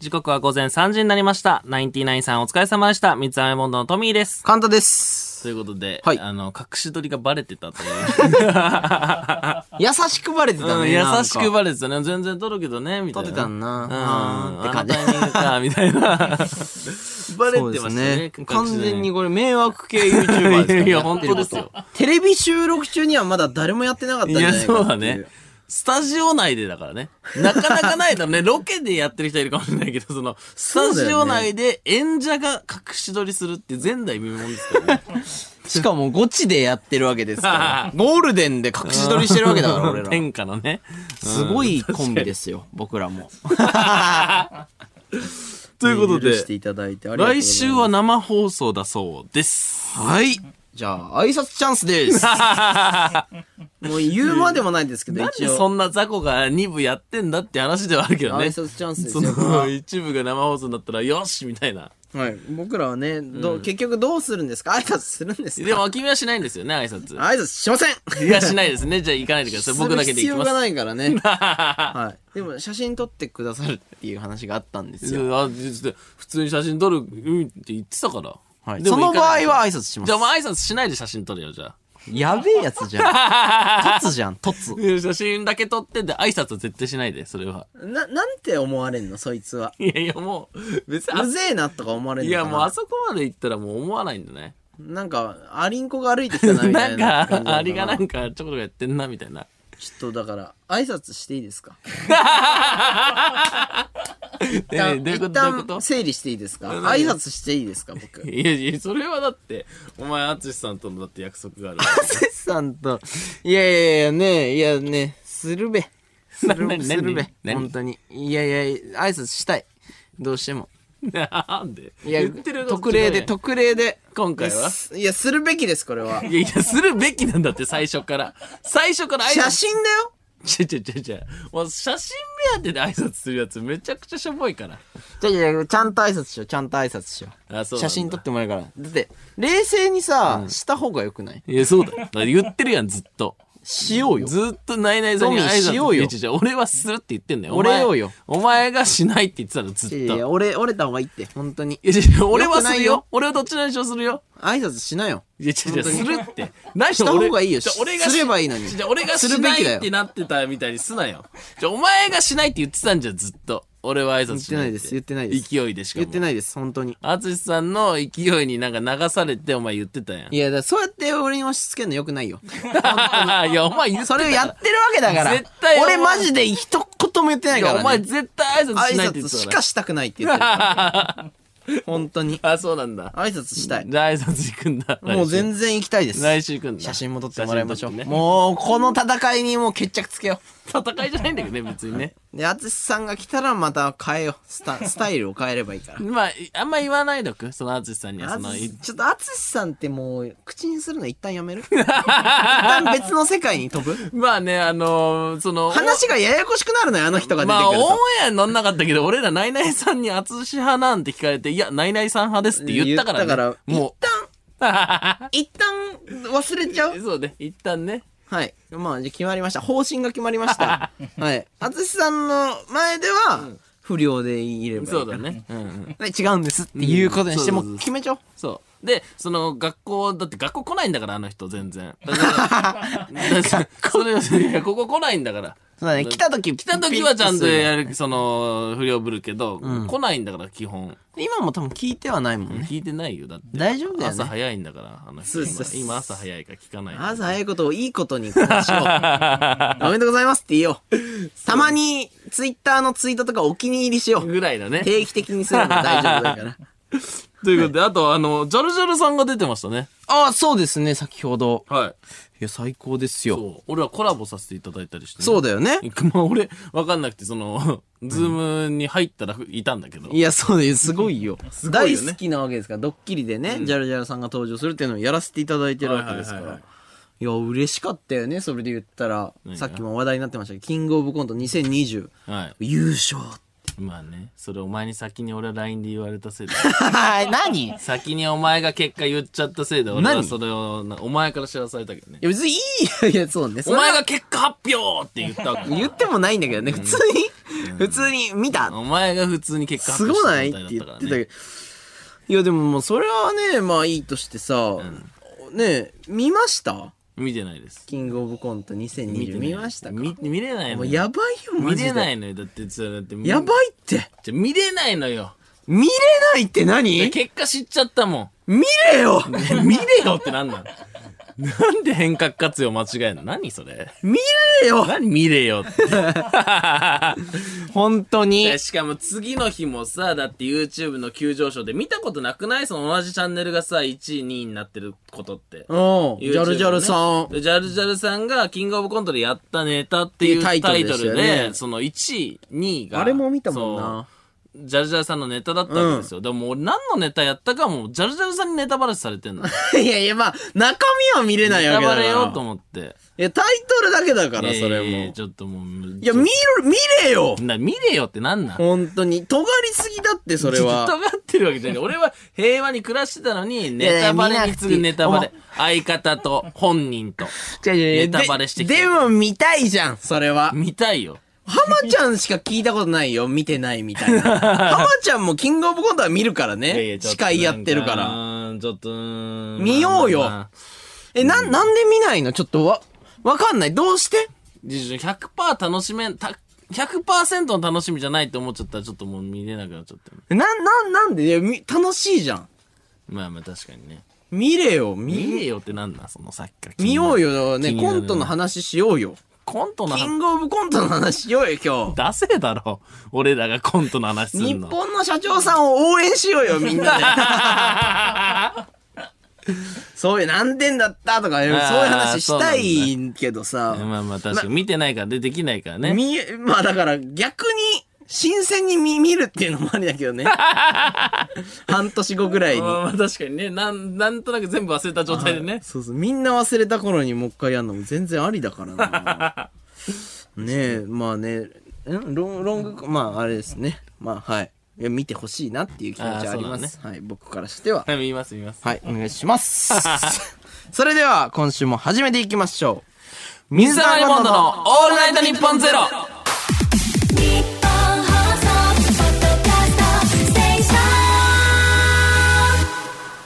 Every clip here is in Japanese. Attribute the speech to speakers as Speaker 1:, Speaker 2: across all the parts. Speaker 1: 時刻は午前3時になりました。ナインティナインさんお疲れ様でした。三つ編みボンドのトミーです。
Speaker 2: 簡単です
Speaker 1: ということで、
Speaker 2: はい
Speaker 1: あの、隠し撮りがバレてたと いう。
Speaker 2: 優しくバレてた
Speaker 1: うん、
Speaker 2: ね、
Speaker 1: 優
Speaker 2: なんか
Speaker 1: しくバレてたね。全然撮るけどね、みたいな。
Speaker 2: 撮ってたんな
Speaker 1: うん。
Speaker 2: あーって
Speaker 1: あ
Speaker 2: 感
Speaker 1: の
Speaker 2: じ
Speaker 1: タイミングか、 みたいな。バレて
Speaker 2: そうで
Speaker 1: ますしたね。
Speaker 2: 完全に
Speaker 1: 隠し
Speaker 2: これ迷惑系 YouTuber ですから
Speaker 1: いやいや
Speaker 2: やってること
Speaker 1: 本当で
Speaker 2: テレビ収録中にはまだ誰もやってなかっ
Speaker 1: 撮
Speaker 2: たん
Speaker 1: り
Speaker 2: じ
Speaker 1: ね。い
Speaker 2: ゃな
Speaker 1: や、
Speaker 2: いかっていう
Speaker 1: そうだね。スタジオ内でだからね。なかなかないだろうね。ロケでやってる人いるかもしれないけど、その、スタジオ内で演者が隠し撮りするって前代未聞ですからね。
Speaker 2: しかもゴチでやってるわけですからゴールデンで隠し撮りしてるわけだから俺ら
Speaker 1: 天下のね。
Speaker 2: すごいコンビですよ僕らも
Speaker 1: ということ
Speaker 2: メール
Speaker 1: で
Speaker 2: して、いただいてありがとうござい
Speaker 1: 来
Speaker 2: ます
Speaker 1: 週は生放送だそうです。
Speaker 2: はいじゃあ挨拶チャンスですもう言うまでもないですけど
Speaker 1: なんで
Speaker 2: 一
Speaker 1: そ
Speaker 2: 応
Speaker 1: んな雑魚が2部やってんだって話ではあるけど
Speaker 2: 挨
Speaker 1: ね。
Speaker 2: 拶チャンスです
Speaker 1: そ
Speaker 2: よ
Speaker 1: の一部が生放送になったらよしみたいな。
Speaker 2: はい、僕らはね、どう結局どうするんですか挨拶するんですか
Speaker 1: でも、君はしないんですよね、挨拶。
Speaker 2: 挨拶しません
Speaker 1: いや、しないですね。じゃあ行かないでください。僕だけで
Speaker 2: 必
Speaker 1: 行き
Speaker 2: 要
Speaker 1: ま
Speaker 2: が
Speaker 1: す。
Speaker 2: ないか らね。はい。でも写真撮ってくださるっていう話があったんですよ。
Speaker 1: うんあちょっと普通に写真撮る、うんって言ってたから。
Speaker 2: はい。
Speaker 1: で
Speaker 2: そ
Speaker 1: も
Speaker 2: の
Speaker 1: 行
Speaker 2: 場
Speaker 1: か
Speaker 2: 合
Speaker 1: ない
Speaker 2: は挨拶しま
Speaker 1: じゃ
Speaker 2: す
Speaker 1: あ、。まあ挨拶しないで写真撮るよ、じゃあ。
Speaker 2: やべえやつじ ゃん。トツじゃん、トツ。
Speaker 1: うん写真だけ撮ってで、挨拶絶対しないで、それは。
Speaker 2: な、なんて思われんのそいつは。
Speaker 1: いやいや、もう、別にあ
Speaker 2: う、ぜえなとか思われん
Speaker 1: い
Speaker 2: のか
Speaker 1: や、
Speaker 2: な
Speaker 1: もうあそこまで行ったらもう思わないんだね。
Speaker 2: なんか、アリンコが歩いてきたなみ た
Speaker 1: ないんか
Speaker 2: な感じなのか、な。
Speaker 1: アリがなんか、ちょこちょこやってんな、みたいな。
Speaker 2: ちょっとだから、挨拶していいですか
Speaker 1: え
Speaker 2: 一旦
Speaker 1: ーどういうこと
Speaker 2: 一
Speaker 1: どういうこ
Speaker 2: 旦
Speaker 1: と
Speaker 2: 整理していいですか
Speaker 1: うん
Speaker 2: 挨拶していいですか僕。
Speaker 1: いやいや、それはだって、お前、アツシさんとのだって約束がある。
Speaker 2: セさんと、いやいやいやね、いやね、するべ。す
Speaker 1: な
Speaker 2: る
Speaker 1: な
Speaker 2: するべ
Speaker 1: 何。何
Speaker 2: 本当に。いやいや、挨拶したい。どうしても。
Speaker 1: なんで
Speaker 2: いや、
Speaker 1: 言ってること
Speaker 2: 特例
Speaker 1: 違う
Speaker 2: で、
Speaker 1: やん
Speaker 2: 特例で。
Speaker 1: 今回はい
Speaker 2: や、するべきです、これは。
Speaker 1: いやいや、するべきなんだって、最初から。最初から挨
Speaker 2: 写
Speaker 1: 拶。
Speaker 2: 真だよ
Speaker 1: ちょちょちょちょ。もう写真目当てで挨拶するやつめちゃくちゃしょぼいから。
Speaker 2: じゃあいやちゃんと挨拶しよう、ちゃんと挨拶しよ。
Speaker 1: あそううなんだ
Speaker 2: 写真撮ってもらうから。だって、冷静にさ、した方がよくない
Speaker 1: いや、そうだよ。だから言ってるやん、ずっと。
Speaker 2: しようよ。
Speaker 1: ずっとないないさんに挨拶
Speaker 2: トミーしようよ
Speaker 1: いや違う違う俺はするって言ってんだよ。
Speaker 2: 俺よ
Speaker 1: お前
Speaker 2: よ。
Speaker 1: お前がしないって言ってたの、ずっと。
Speaker 2: いやいや、折れ、折れた方がいいって、本当に。
Speaker 1: いや違う俺は
Speaker 2: よく
Speaker 1: す
Speaker 2: な
Speaker 1: る
Speaker 2: い
Speaker 1: よ。
Speaker 2: よ
Speaker 1: 俺はどっちのにしろするよ。
Speaker 2: 挨拶しなよ。
Speaker 1: いや、違う違う、
Speaker 2: 本当に
Speaker 1: する って。何
Speaker 2: した方がいいよ
Speaker 1: じゃあ俺が
Speaker 2: すればいいのに
Speaker 1: じゃあ俺が
Speaker 2: す
Speaker 1: し
Speaker 2: るべ
Speaker 1: な
Speaker 2: きだ
Speaker 1: い
Speaker 2: よ
Speaker 1: ってなってたみたいにすなよ。じゃあお前がしないって言ってたんじゃん、ずっと。俺は挨拶しない
Speaker 2: 言ってないです
Speaker 1: 勢いでしかも。
Speaker 2: 言ってないです、本当に。
Speaker 1: あつしさんの勢いになんか流されてお前言ってたやん。
Speaker 2: いや、だからそうやって俺に押し付けるのよくない よ。
Speaker 1: いや、お前言って
Speaker 2: それをやってるわけだから。
Speaker 1: 絶対
Speaker 2: 俺マジで一言も言ってない
Speaker 1: い
Speaker 2: から、
Speaker 1: や、お
Speaker 2: ね。
Speaker 1: 前絶対挨拶しない
Speaker 2: 挨
Speaker 1: って言
Speaker 2: 拶
Speaker 1: って
Speaker 2: した
Speaker 1: か
Speaker 2: かしたくないって言って るから。本当に。
Speaker 1: ら。あ、そうなんだ。
Speaker 2: 挨拶したい。
Speaker 1: じゃあ挨拶行くんだ。
Speaker 2: もう
Speaker 1: 然。
Speaker 2: 全然行きたいです。
Speaker 1: 来週行くんだ。
Speaker 2: 写真も撮ってもらいましょう。
Speaker 1: 写真撮ってね
Speaker 2: もう、この戦いにもう決着つけよ
Speaker 1: 戦いじゃないんだけどね、別にね。
Speaker 2: う。で、淳さんが来たらまた変えよう。ス タスタイルを変えればいいから。
Speaker 1: まあ、あんま言わないでおく。そのあつしさんには、その、
Speaker 2: 淳ちょっと淳さんってもう、口にするの一旦や める一旦別の世界に飛ぶ
Speaker 1: まあね、あのーその、
Speaker 2: 話がややこしくなるのよ、あの人が出て
Speaker 1: ま
Speaker 2: く
Speaker 1: あ、オ
Speaker 2: ると。
Speaker 1: ンエアに乗んなかったけど、俺ら、ナイナイさんに、あつし派なんて聞かれて、いや、ナイナイさん派ですって言ったからね。
Speaker 2: 言ったから
Speaker 1: も
Speaker 2: 一旦忘れちゃ
Speaker 1: う、
Speaker 2: う
Speaker 1: そうね、一旦ね。
Speaker 2: はい。まあ、じゃあ決まりました。方針が決まり ました。はい。淳さんの前では、不良でいればいいから
Speaker 1: そうだ。 ね。うんうん。
Speaker 2: はい違うんですっていうことにして、
Speaker 1: うん
Speaker 2: も
Speaker 1: そうそうそう
Speaker 2: う決めちゃおう。
Speaker 1: そう。で、その、学校、だって学校来ないんだから、あの人、全然。だから、 それいや、ここ来ないんだから。
Speaker 2: そうだね。来た時、
Speaker 1: 来た時はちゃんと
Speaker 2: ピッ
Speaker 1: やる、その、不良ぶるけど、来ないんだから、基本。
Speaker 2: とする今も多分聞いてはないもんね。
Speaker 1: 聞いてないよ、だって。
Speaker 2: 大丈夫だよね
Speaker 1: 朝早いんだから、あの人
Speaker 2: そうそうそう
Speaker 1: 今今朝早いから聞かない。
Speaker 2: 朝早いことをいいことにこう しよう。おめでとうございますって言おう。たまに、ツイッターのツイートとかお気に入りしよう。
Speaker 1: ぐらいだね。
Speaker 2: 定期的にするの大丈夫 だから。
Speaker 1: ということで、あと、あの、ジャルジャルさんが出てましたね。
Speaker 2: ああ、そうですね、先ほど。
Speaker 1: はい。
Speaker 2: いや、最高ですよ。
Speaker 1: そう。俺はコラボさせていただいたりして、
Speaker 2: そうだよね。
Speaker 1: まあ、俺、わかんなくて、その、 ズームに入ったらいたんだけど。
Speaker 2: いや、そうです。すご いよ。
Speaker 1: ごい
Speaker 2: 大
Speaker 1: よね
Speaker 2: 好きなわけですから、ドッキリでね、ジャルジャルさんが登場するっていうのをやらせていただいてるわけですか
Speaker 1: はいはい
Speaker 2: ら
Speaker 1: はい。
Speaker 2: いや、嬉しかったよね、それで言ったら
Speaker 1: 何。が
Speaker 2: さっきも話題になってましたけど、キングオブコント2020、
Speaker 1: はい。
Speaker 2: 優 勝。
Speaker 1: まあね、それお前に先に俺は LINE で言われたせいで。
Speaker 2: はい、何いや、
Speaker 1: 先にお前が結果言っちゃったせいで、俺は
Speaker 2: 何
Speaker 1: それを、なお前から知らされたけどね。
Speaker 2: 別にいいよ。いや、そうね。そ
Speaker 1: お
Speaker 2: れは
Speaker 1: 前が結果発表って言ったわけ。
Speaker 2: 言ってもないんだけどね、普通に。普通に見た
Speaker 1: お前が普通に結果発
Speaker 2: す
Speaker 1: 表
Speaker 2: ご
Speaker 1: した
Speaker 2: ないっ
Speaker 1: み
Speaker 2: て
Speaker 1: たい
Speaker 2: 言
Speaker 1: だ
Speaker 2: っ
Speaker 1: ってたか
Speaker 2: た
Speaker 1: ら
Speaker 2: け
Speaker 1: ね
Speaker 2: ど。いや、でももうそれはね、まあいいとしてさ、ねえ、見ました
Speaker 1: 見てないです
Speaker 2: キングオブコント
Speaker 1: 見て
Speaker 2: 2020
Speaker 1: ない
Speaker 2: 見ましたか
Speaker 1: 見見れないの
Speaker 2: もう
Speaker 1: よ
Speaker 2: やばいよ、マ
Speaker 1: 見
Speaker 2: ジで。
Speaker 1: れないのよだってそれだって
Speaker 2: やばいって。
Speaker 1: じゃ見れないのよ
Speaker 2: 見れないって何
Speaker 1: 結果知っちゃったもん
Speaker 2: 見れよ
Speaker 1: ね見れよってなんなんなんで変革活用間違えんの何そ れ
Speaker 2: 見れよ
Speaker 1: 何見れよって
Speaker 2: 本当に。
Speaker 1: しかも次の日もさ、だって YouTube の急上昇で見たことなくないその同じチャンネルがさ、1位、2位になってることって。
Speaker 2: うん。ジ
Speaker 1: YouTube
Speaker 2: ャルジャルさん。
Speaker 1: でジャルジャルさんがキングオブコントでやったネタっていうタ
Speaker 2: っていうタイ
Speaker 1: イ
Speaker 2: ト
Speaker 1: ト
Speaker 2: ル
Speaker 1: ル
Speaker 2: で
Speaker 1: で、
Speaker 2: したよね
Speaker 1: その1位、2位が。
Speaker 2: あれも見たもんな。
Speaker 1: そう。ジャルジャルさんのネタだったわけですよ。でももう俺何のネタやったかも、ジャルジャルさんにネタバレされてんの。ネ
Speaker 2: いやいや、まあ、中身は見れないわ
Speaker 1: タ
Speaker 2: けだ
Speaker 1: バ
Speaker 2: から。
Speaker 1: レようと思って。
Speaker 2: いや、タイトルだけだから、
Speaker 1: いや
Speaker 2: それも。
Speaker 1: いやいや
Speaker 2: い
Speaker 1: ちょっともう。
Speaker 2: や、見る、見れよ
Speaker 1: な、見れよってなんなん
Speaker 2: 本当に。尖りすぎだって、それ
Speaker 1: ずっ
Speaker 2: は。
Speaker 1: と待ってるわけじゃない。俺は平和に暮らしてたのに、ネタバレに次ぐネタバレ。相方と本人と。ネタバレしてき
Speaker 2: で
Speaker 1: て
Speaker 2: で。も見たいじゃん、それは。
Speaker 1: 見たいよ。
Speaker 2: 浜ちゃんしか聞いたことないよ、見てないみたい な。浜ちゃんもキングオブコントは見るからね。司会やってるから。
Speaker 1: ら。ちょっと、うーん
Speaker 2: 見ようよ
Speaker 1: まあまあまあ
Speaker 2: え、な、なんで見ないのちょっとわ、わかんない。どうして
Speaker 1: 100%楽しめん、た100%の楽しみじゃないって思っちゃったら、ちょっともう見れなくなっちゃったよね。
Speaker 2: な、な、なんでいやみ楽しいじゃん。
Speaker 1: まあまあ確かにね。
Speaker 2: 見れよ、
Speaker 1: 見
Speaker 2: 見、
Speaker 1: れよってなんだ、そのさっきから。
Speaker 2: 見よう。よ。ね、
Speaker 1: 気にな
Speaker 2: コ
Speaker 1: る
Speaker 2: ントの話しようよ。
Speaker 1: コントの
Speaker 2: キ
Speaker 1: 話、
Speaker 2: ングオブコントの話しようよ、今日。
Speaker 1: 出せえだろ。俺らがコントの話すんの。
Speaker 2: 日本の社長さんを応援しよう よ、みんなで。そういう何点だったとか、そういう話したいけどさ。
Speaker 1: まあまあ確かに見てないからでできないからね。
Speaker 2: み、まあだから逆に、新鮮に見見るっていうのもありだけ どね。半年後ぐらいに。
Speaker 1: まあまあ確かにね。なん、なんとなく全部忘れた状態でね。
Speaker 2: そうそう。みんな忘れた頃にもう一回やるのも全然ありだからな。 ねえ、まあね、んロンロング、まああれですね。まあはい。いや見てほしいなっていう気持ちはありま
Speaker 1: あー
Speaker 2: す
Speaker 1: そ。
Speaker 2: はい、僕からしては。
Speaker 1: はい、見ます見ます。
Speaker 2: はい、お願い します。それでは今週も始めていきましょう。水
Speaker 1: 水溜りボンドのオールナイトニッポンゼロ
Speaker 3: 日本放送ポッドキャストステーシ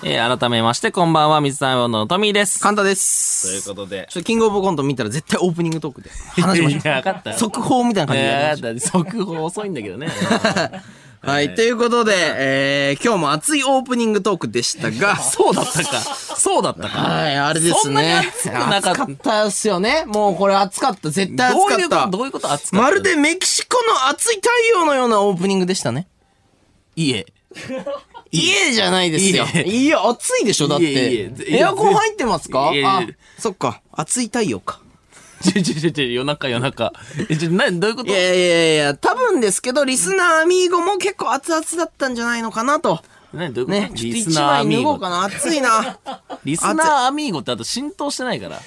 Speaker 3: ョン
Speaker 1: えー、改めまして、こんばんは、水溜りボンドのトミーです。
Speaker 2: 簡単です。
Speaker 1: ということで。
Speaker 2: ちょっとキングオブコント見たら絶対オープニングトークで話 しましょう。
Speaker 1: いや、分かったよ。
Speaker 2: 速報みたいな感
Speaker 1: い
Speaker 2: じでやり
Speaker 1: や、
Speaker 2: ましょ
Speaker 1: 分
Speaker 2: う。
Speaker 1: かった。速報遅いんだけどね。
Speaker 2: はい、ということで、えー、今日も熱いオープニングトークでしたが、
Speaker 1: そうだったか。そうだったか。
Speaker 2: はい、あれです
Speaker 1: そんなに
Speaker 2: ね。
Speaker 1: 熱くなかった
Speaker 2: 暑かったっすよね。もうこれ暑かった。絶対暑
Speaker 1: どうい
Speaker 2: か
Speaker 1: う
Speaker 2: っ
Speaker 1: こ
Speaker 2: た。
Speaker 1: と、どういうこと熱かった
Speaker 2: まる。でメキシコの熱い太陽のようなオープニングでしたね。
Speaker 1: いえ。
Speaker 2: 家じゃないですよ。
Speaker 1: 家
Speaker 2: 家暑いでしょだっ
Speaker 1: いえい
Speaker 2: て
Speaker 1: えぜ。
Speaker 2: エアコン入ってますか
Speaker 1: いえいえ
Speaker 2: あ、そっか。暑い太陽か。
Speaker 1: ちょちょちょちょ、夜中夜中。え、ちょ、な、どういうこ
Speaker 2: い
Speaker 1: と
Speaker 2: やいやいや、多分ですけど、リスナーアミーゴも結構熱々だったんじゃないのかなと。
Speaker 1: 何どういう
Speaker 2: ね
Speaker 1: こ、と
Speaker 2: ちょっと
Speaker 1: リ
Speaker 2: 一
Speaker 1: スナーア
Speaker 2: 枚
Speaker 1: ミ
Speaker 2: 脱
Speaker 1: ー
Speaker 2: ごう
Speaker 1: ゴ
Speaker 2: かな。暑いな。
Speaker 1: リスナーアミーゴってあと浸透してないから。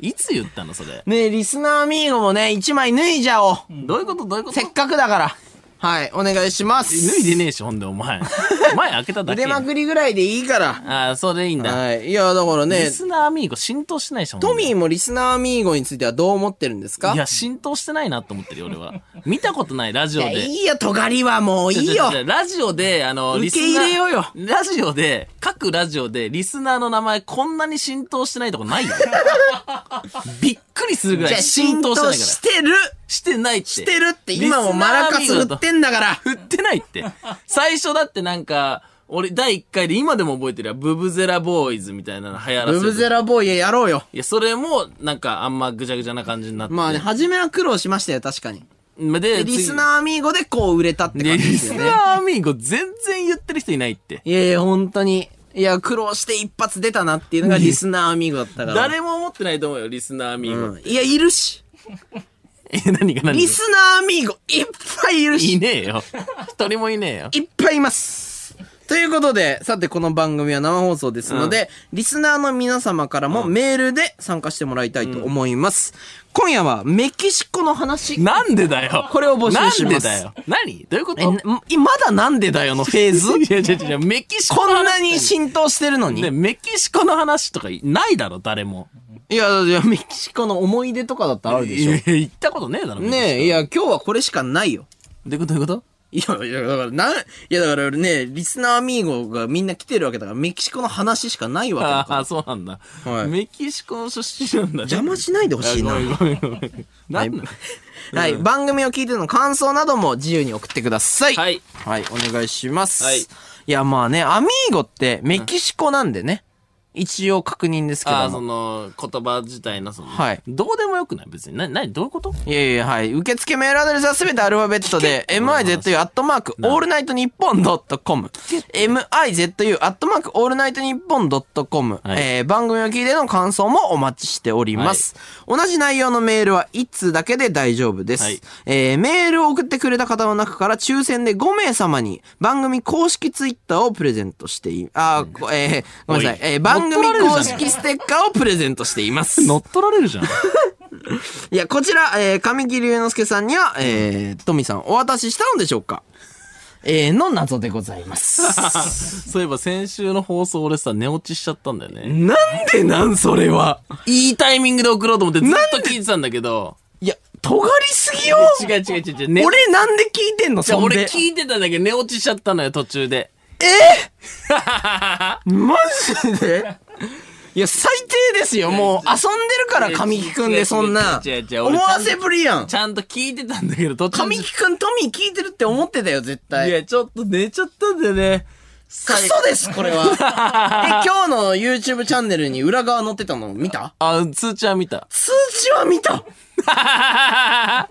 Speaker 1: いつ言ったのそれ。
Speaker 2: ねリスナーアミーゴもね、一枚脱いじゃおう。
Speaker 1: どういうことどういうこと
Speaker 2: せっかくだから。はい、お願いしま
Speaker 1: え脱い
Speaker 2: す。
Speaker 1: でねえし、ほんでお 前。前開けただけ
Speaker 2: 腕
Speaker 1: やん。
Speaker 2: まくりぐらいでいいから。
Speaker 1: ああ、それでいいんだ。
Speaker 2: はい。いや、だから
Speaker 1: リ
Speaker 2: ね、
Speaker 1: スナーアミーゴ浸透してないし、ほんで
Speaker 2: トミーもリスナーアミーゴについてはどう思ってるんですか
Speaker 1: いや、浸透してないなと思ってるよ、俺は。見たことない、ラジオ
Speaker 2: いやい
Speaker 1: で。
Speaker 2: いよ、尖りはもういいよ。
Speaker 1: ちょちょちょラジオで、あの、
Speaker 2: 受け入れようよ
Speaker 1: リスナーラジオで、各ラジオで、リスナーの名前こんなに浸透してないとこないよ。 びっくりするぐらい浸透してないから
Speaker 2: 浸。透してる
Speaker 1: してないって。し
Speaker 2: してるって今もマラカス振ってんだから。
Speaker 1: 振ってないって。最初だってなんか、俺第1回で今でも覚えてるよ。ブブゼラボーイズみたいなの流行らせ
Speaker 2: ブ
Speaker 1: る
Speaker 2: ブゼラボーイやろうよ。
Speaker 1: いや、それもなんかあんまぐちゃぐちゃな感じになって。
Speaker 2: まあね、初めは苦労しましたよ、確かに。
Speaker 1: で、
Speaker 2: で
Speaker 1: 次
Speaker 2: リスナーアミーゴでこう売れたって
Speaker 1: で
Speaker 2: 感じで
Speaker 1: リ
Speaker 2: す
Speaker 1: ス
Speaker 2: よ
Speaker 1: ナ
Speaker 2: ね。
Speaker 1: ーアミーゴ全然言ってる人いないって。
Speaker 2: いやいや、本当に。いや、苦労して一発出たなっていうのがリスナーアミーゴだったから。
Speaker 1: 誰も思ってないと思うよ、リスナーアミーゴ。
Speaker 2: うんいや、いるし。
Speaker 1: え、何が何が
Speaker 2: リスナーアミーゴ、いっぱいいるし。
Speaker 1: いねえよ。一人もいねえよ。
Speaker 2: いっぱいいます。ということで、さてこの番組は生放送ですので、リスナーの皆様からもメールで参加してもらいたいと思います。今夜はメキシコの話。
Speaker 1: なんでだよ。
Speaker 2: これを募集します
Speaker 1: なんでだよ。何どういうこ
Speaker 2: え、
Speaker 1: と
Speaker 2: なまだなんでだよのフェーズ
Speaker 1: いや、違う違う違う、メキシコ
Speaker 2: こ
Speaker 1: の話
Speaker 2: んなに浸透してるのに。
Speaker 1: ね、メキシコの話とかいないだろ、誰も。
Speaker 2: いや、いや、メキシコの思い出とかだったらあるでしょ。
Speaker 1: いや行ったことねえだろ。
Speaker 2: ねえ、い
Speaker 1: や。
Speaker 2: や、今日はこれしかないよ。
Speaker 1: どういうことどういうこと
Speaker 2: いや、いや、だから、なん、いや、だからね、リスナーアミーゴがみんな来てるわけだから、メキシコの話しかないわけだ
Speaker 1: あ
Speaker 2: から
Speaker 1: あ、。 そうなんだ、
Speaker 2: はい
Speaker 1: メキシコの出身なんだね。
Speaker 2: 邪魔しないでほしいな
Speaker 1: あ。ごめんごめんごめん。なんなの
Speaker 2: はい、番組を聞いての感想なども自由に送ってください。。
Speaker 1: はいい。
Speaker 2: お願いします。
Speaker 1: はい
Speaker 2: や、まあね、アミーゴってメキシコなんでね。一応確認ですけ
Speaker 1: あ
Speaker 2: ど
Speaker 1: あ、そ
Speaker 2: も。
Speaker 1: の、言葉自体の、その、
Speaker 2: はい
Speaker 1: どうでもよくない別に。な、なに、どういうこと
Speaker 2: いやいや、はい。受付メールアドレスはすべてアルファベットで、m i z u アットマークオールナイトニッポンドットコム。m i z u アットマークオールナイトニッポンドットコム。
Speaker 1: はい
Speaker 2: えー番組を聞いての感想もお待ちしております。同じ内容のメールは1通だけで大丈夫です。
Speaker 1: はい
Speaker 2: えーメールを送ってくれた方の中から抽選で5名様に番組公式ツイッターをプレゼントしてい、あー、こえーごめんなさい。
Speaker 1: おい
Speaker 2: えー番組
Speaker 1: 乗っ取られるじゃ
Speaker 2: 公
Speaker 1: ん
Speaker 2: 式ステッカーをプレゼントして います。
Speaker 1: 乗っ取られるじゃん。
Speaker 2: いや、こちら、えー、神木隆之介さんには、えー、トミさんお渡ししたのでしょうかえー、の謎でございます。
Speaker 1: そういえば先週の放送俺さ、寝落ちしちゃったんだよね。
Speaker 2: なんでなんそれは。
Speaker 1: いいタイミングで送ろうと思ってずっと聞いてたんだけ ど。
Speaker 2: いや、尖りすぎよ
Speaker 1: 違う違う違う違う。ね、
Speaker 2: 俺なんで聞いてんの
Speaker 1: じゃ
Speaker 2: そ
Speaker 1: あ
Speaker 2: ん
Speaker 1: 俺
Speaker 2: で。
Speaker 1: 聞いてたんだけど寝落ちしちゃったのよ、途中で。
Speaker 2: マジでいや、最低ですよ。もう、遊んでるから神木くんでそんな
Speaker 1: 違う違う違う違う。俺
Speaker 2: 思わせぶりやん
Speaker 1: ち。ゃんと聞いてたんだけど、途中
Speaker 2: 神
Speaker 1: で。
Speaker 2: 木くんトミー聞いてるって思ってたよ、絶対。
Speaker 1: いや、ちょっと寝ちゃったんだよね。
Speaker 2: クソです、これ は。え、今日の YouTube チャンネルに裏側載ってたの見た
Speaker 1: あ、通知は見た。
Speaker 2: 数値は見た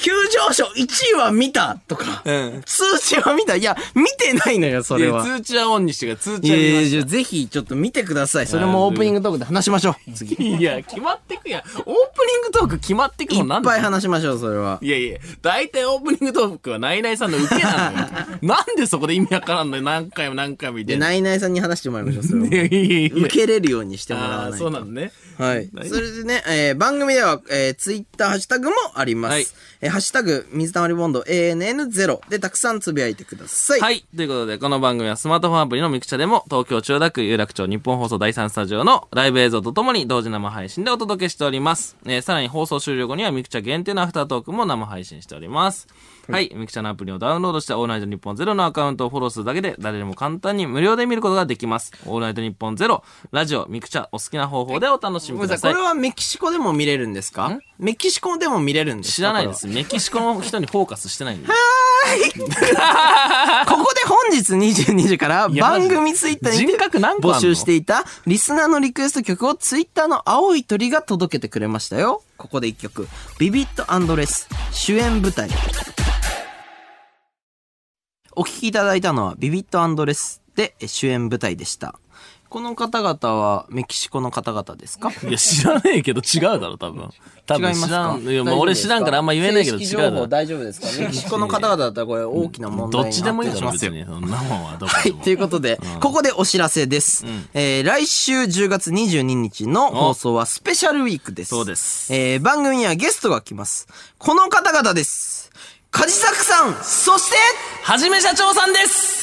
Speaker 2: 急上昇1位は見たとか。
Speaker 1: うん。
Speaker 2: 数値は見たいや、見てないのよ、そ
Speaker 1: い
Speaker 2: れ
Speaker 1: や
Speaker 2: は。
Speaker 1: 通知はオンにしてから通
Speaker 2: い
Speaker 1: 知
Speaker 2: や
Speaker 1: はい
Speaker 2: や
Speaker 1: 見ま
Speaker 2: い
Speaker 1: し
Speaker 2: や、ぜひちょっと見てください。それ
Speaker 1: あー
Speaker 2: もオープニングトークで話しましょう。
Speaker 1: た。いや、決まってくやん。オープニングトーク決まってく
Speaker 2: い
Speaker 1: も
Speaker 2: っ
Speaker 1: んなんだ
Speaker 2: ぱ
Speaker 1: よ
Speaker 2: い話しましょう、それは。
Speaker 1: いやいや、大体オープニングトークはナイナイさんの受けなのよ。 なんでそこで意味わからんのよ。何回も何回も言って
Speaker 2: で、
Speaker 1: んの。
Speaker 2: ナイナイさんに話してもらいましょう、それ
Speaker 1: いや。
Speaker 2: はい
Speaker 1: やいやい
Speaker 2: 受
Speaker 1: や。
Speaker 2: けれるようにしてもら
Speaker 1: あ
Speaker 2: わ
Speaker 1: あー、
Speaker 2: ない
Speaker 1: そうな
Speaker 2: と。
Speaker 1: のね。
Speaker 2: はい。
Speaker 1: ナイナイ
Speaker 2: それでね、えー番組では、えー、ツイッター、ハッシュタグもあります。
Speaker 1: はい
Speaker 2: えーハッシュタグ、水溜りボンド ANN0 でたくさんつぶやいてください。
Speaker 1: はい。ということで、この番組はスマートフォンアプリのミクチャでも、東京千代田区有楽町日本放送第3スタジオのライブ映像とともに同時生配信でお届けしております。えーさらに放送終了後にはミクチャ限定のアフタートークも生配信しております。はい。ミクチャのアプリをダウンロードして、オールナイトニッポンゼロのアカウントをフォローするだけで、誰でも簡単に無料で見ることができます。オールナイトニッポンゼロ、ラジオ、ミクチャ、お好きな方法でお楽しみ
Speaker 2: ご
Speaker 1: く
Speaker 2: めんな
Speaker 1: だ
Speaker 2: さ
Speaker 1: さ
Speaker 2: い
Speaker 1: い
Speaker 2: これ。はメキシコでも見れるんですかメキシコでも見れるんですか
Speaker 1: 知らないです。メキシコの人にフォーカス してないんで。
Speaker 2: これはここで本日22時から
Speaker 1: いやマジ
Speaker 2: 番
Speaker 1: で
Speaker 2: 組ツイッターにて
Speaker 1: 人格何個あん
Speaker 2: 募
Speaker 1: の
Speaker 2: 集していたリスナーのリクエスト曲をツイッターの青い鳥が届けてくれましたよ。ここで一曲。ビビットレス主演舞台。お聴きいただいたのはビビットレスでえ主演舞台でした。この方々はメキシコの方々ですか
Speaker 1: いや、知らねえけど違うだろ、多分。多分
Speaker 2: 違います
Speaker 1: 知ら
Speaker 2: か
Speaker 1: ん。いや、もう俺知らんからあんま言えないけど
Speaker 2: 正
Speaker 1: 違
Speaker 2: 式
Speaker 1: うだ
Speaker 2: 情報
Speaker 1: ろ。
Speaker 2: 大丈夫ですかメキシコの方々だったらこれ大きな問題
Speaker 1: ど
Speaker 2: に
Speaker 1: っ
Speaker 2: な
Speaker 1: ちでもいい
Speaker 2: っ
Speaker 1: でし
Speaker 2: てき
Speaker 1: ょ、
Speaker 2: ます
Speaker 1: 別
Speaker 2: よ
Speaker 1: に。そんなもんはどこ
Speaker 2: は
Speaker 1: で
Speaker 2: い、
Speaker 1: も
Speaker 2: と。いうことで、ここでお知らせです。えー来週10月22日の放送はスペシャルウィークです。
Speaker 1: そうです
Speaker 2: えー番組にはゲストが来ます。この方々です。梶作さん、そして、
Speaker 1: はじめ社長さんです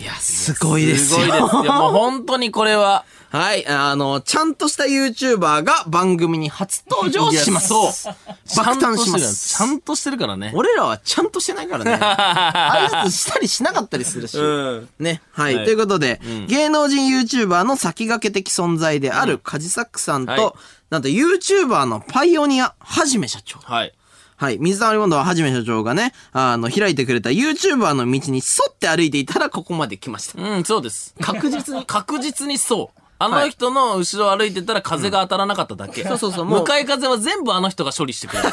Speaker 2: いや、すごいですよ。
Speaker 1: いですよ。もう本当にこれは。
Speaker 2: はい、あの、ちゃんとした YouTuber が番組に初登場します。
Speaker 1: いや
Speaker 2: 爆誕しま
Speaker 1: ち
Speaker 2: す。
Speaker 1: ゃんとしてるからね。
Speaker 2: 俺らはちゃんとしてないからね。挨拶したりしなかったりするし。
Speaker 1: うん
Speaker 2: ね。はい。
Speaker 1: はい
Speaker 2: ということで、芸能人 YouTuber の先駆け的存在であるカジサックさんと、
Speaker 1: はい
Speaker 2: なんと YouTuber のパイオニア、はじめ社長。
Speaker 1: はい。
Speaker 2: はい。水溜りボンドははじめ社長がね、あの、開いてくれた YouTuber の道に沿って歩いていたらここまで来ました。
Speaker 1: うん、そうです。確実に。確実にそう。あの人の後ろを歩いてたら風が当たらなかっただけ。
Speaker 2: そうそうそうもう
Speaker 1: 向かい風は全部あの人が処理してくれる。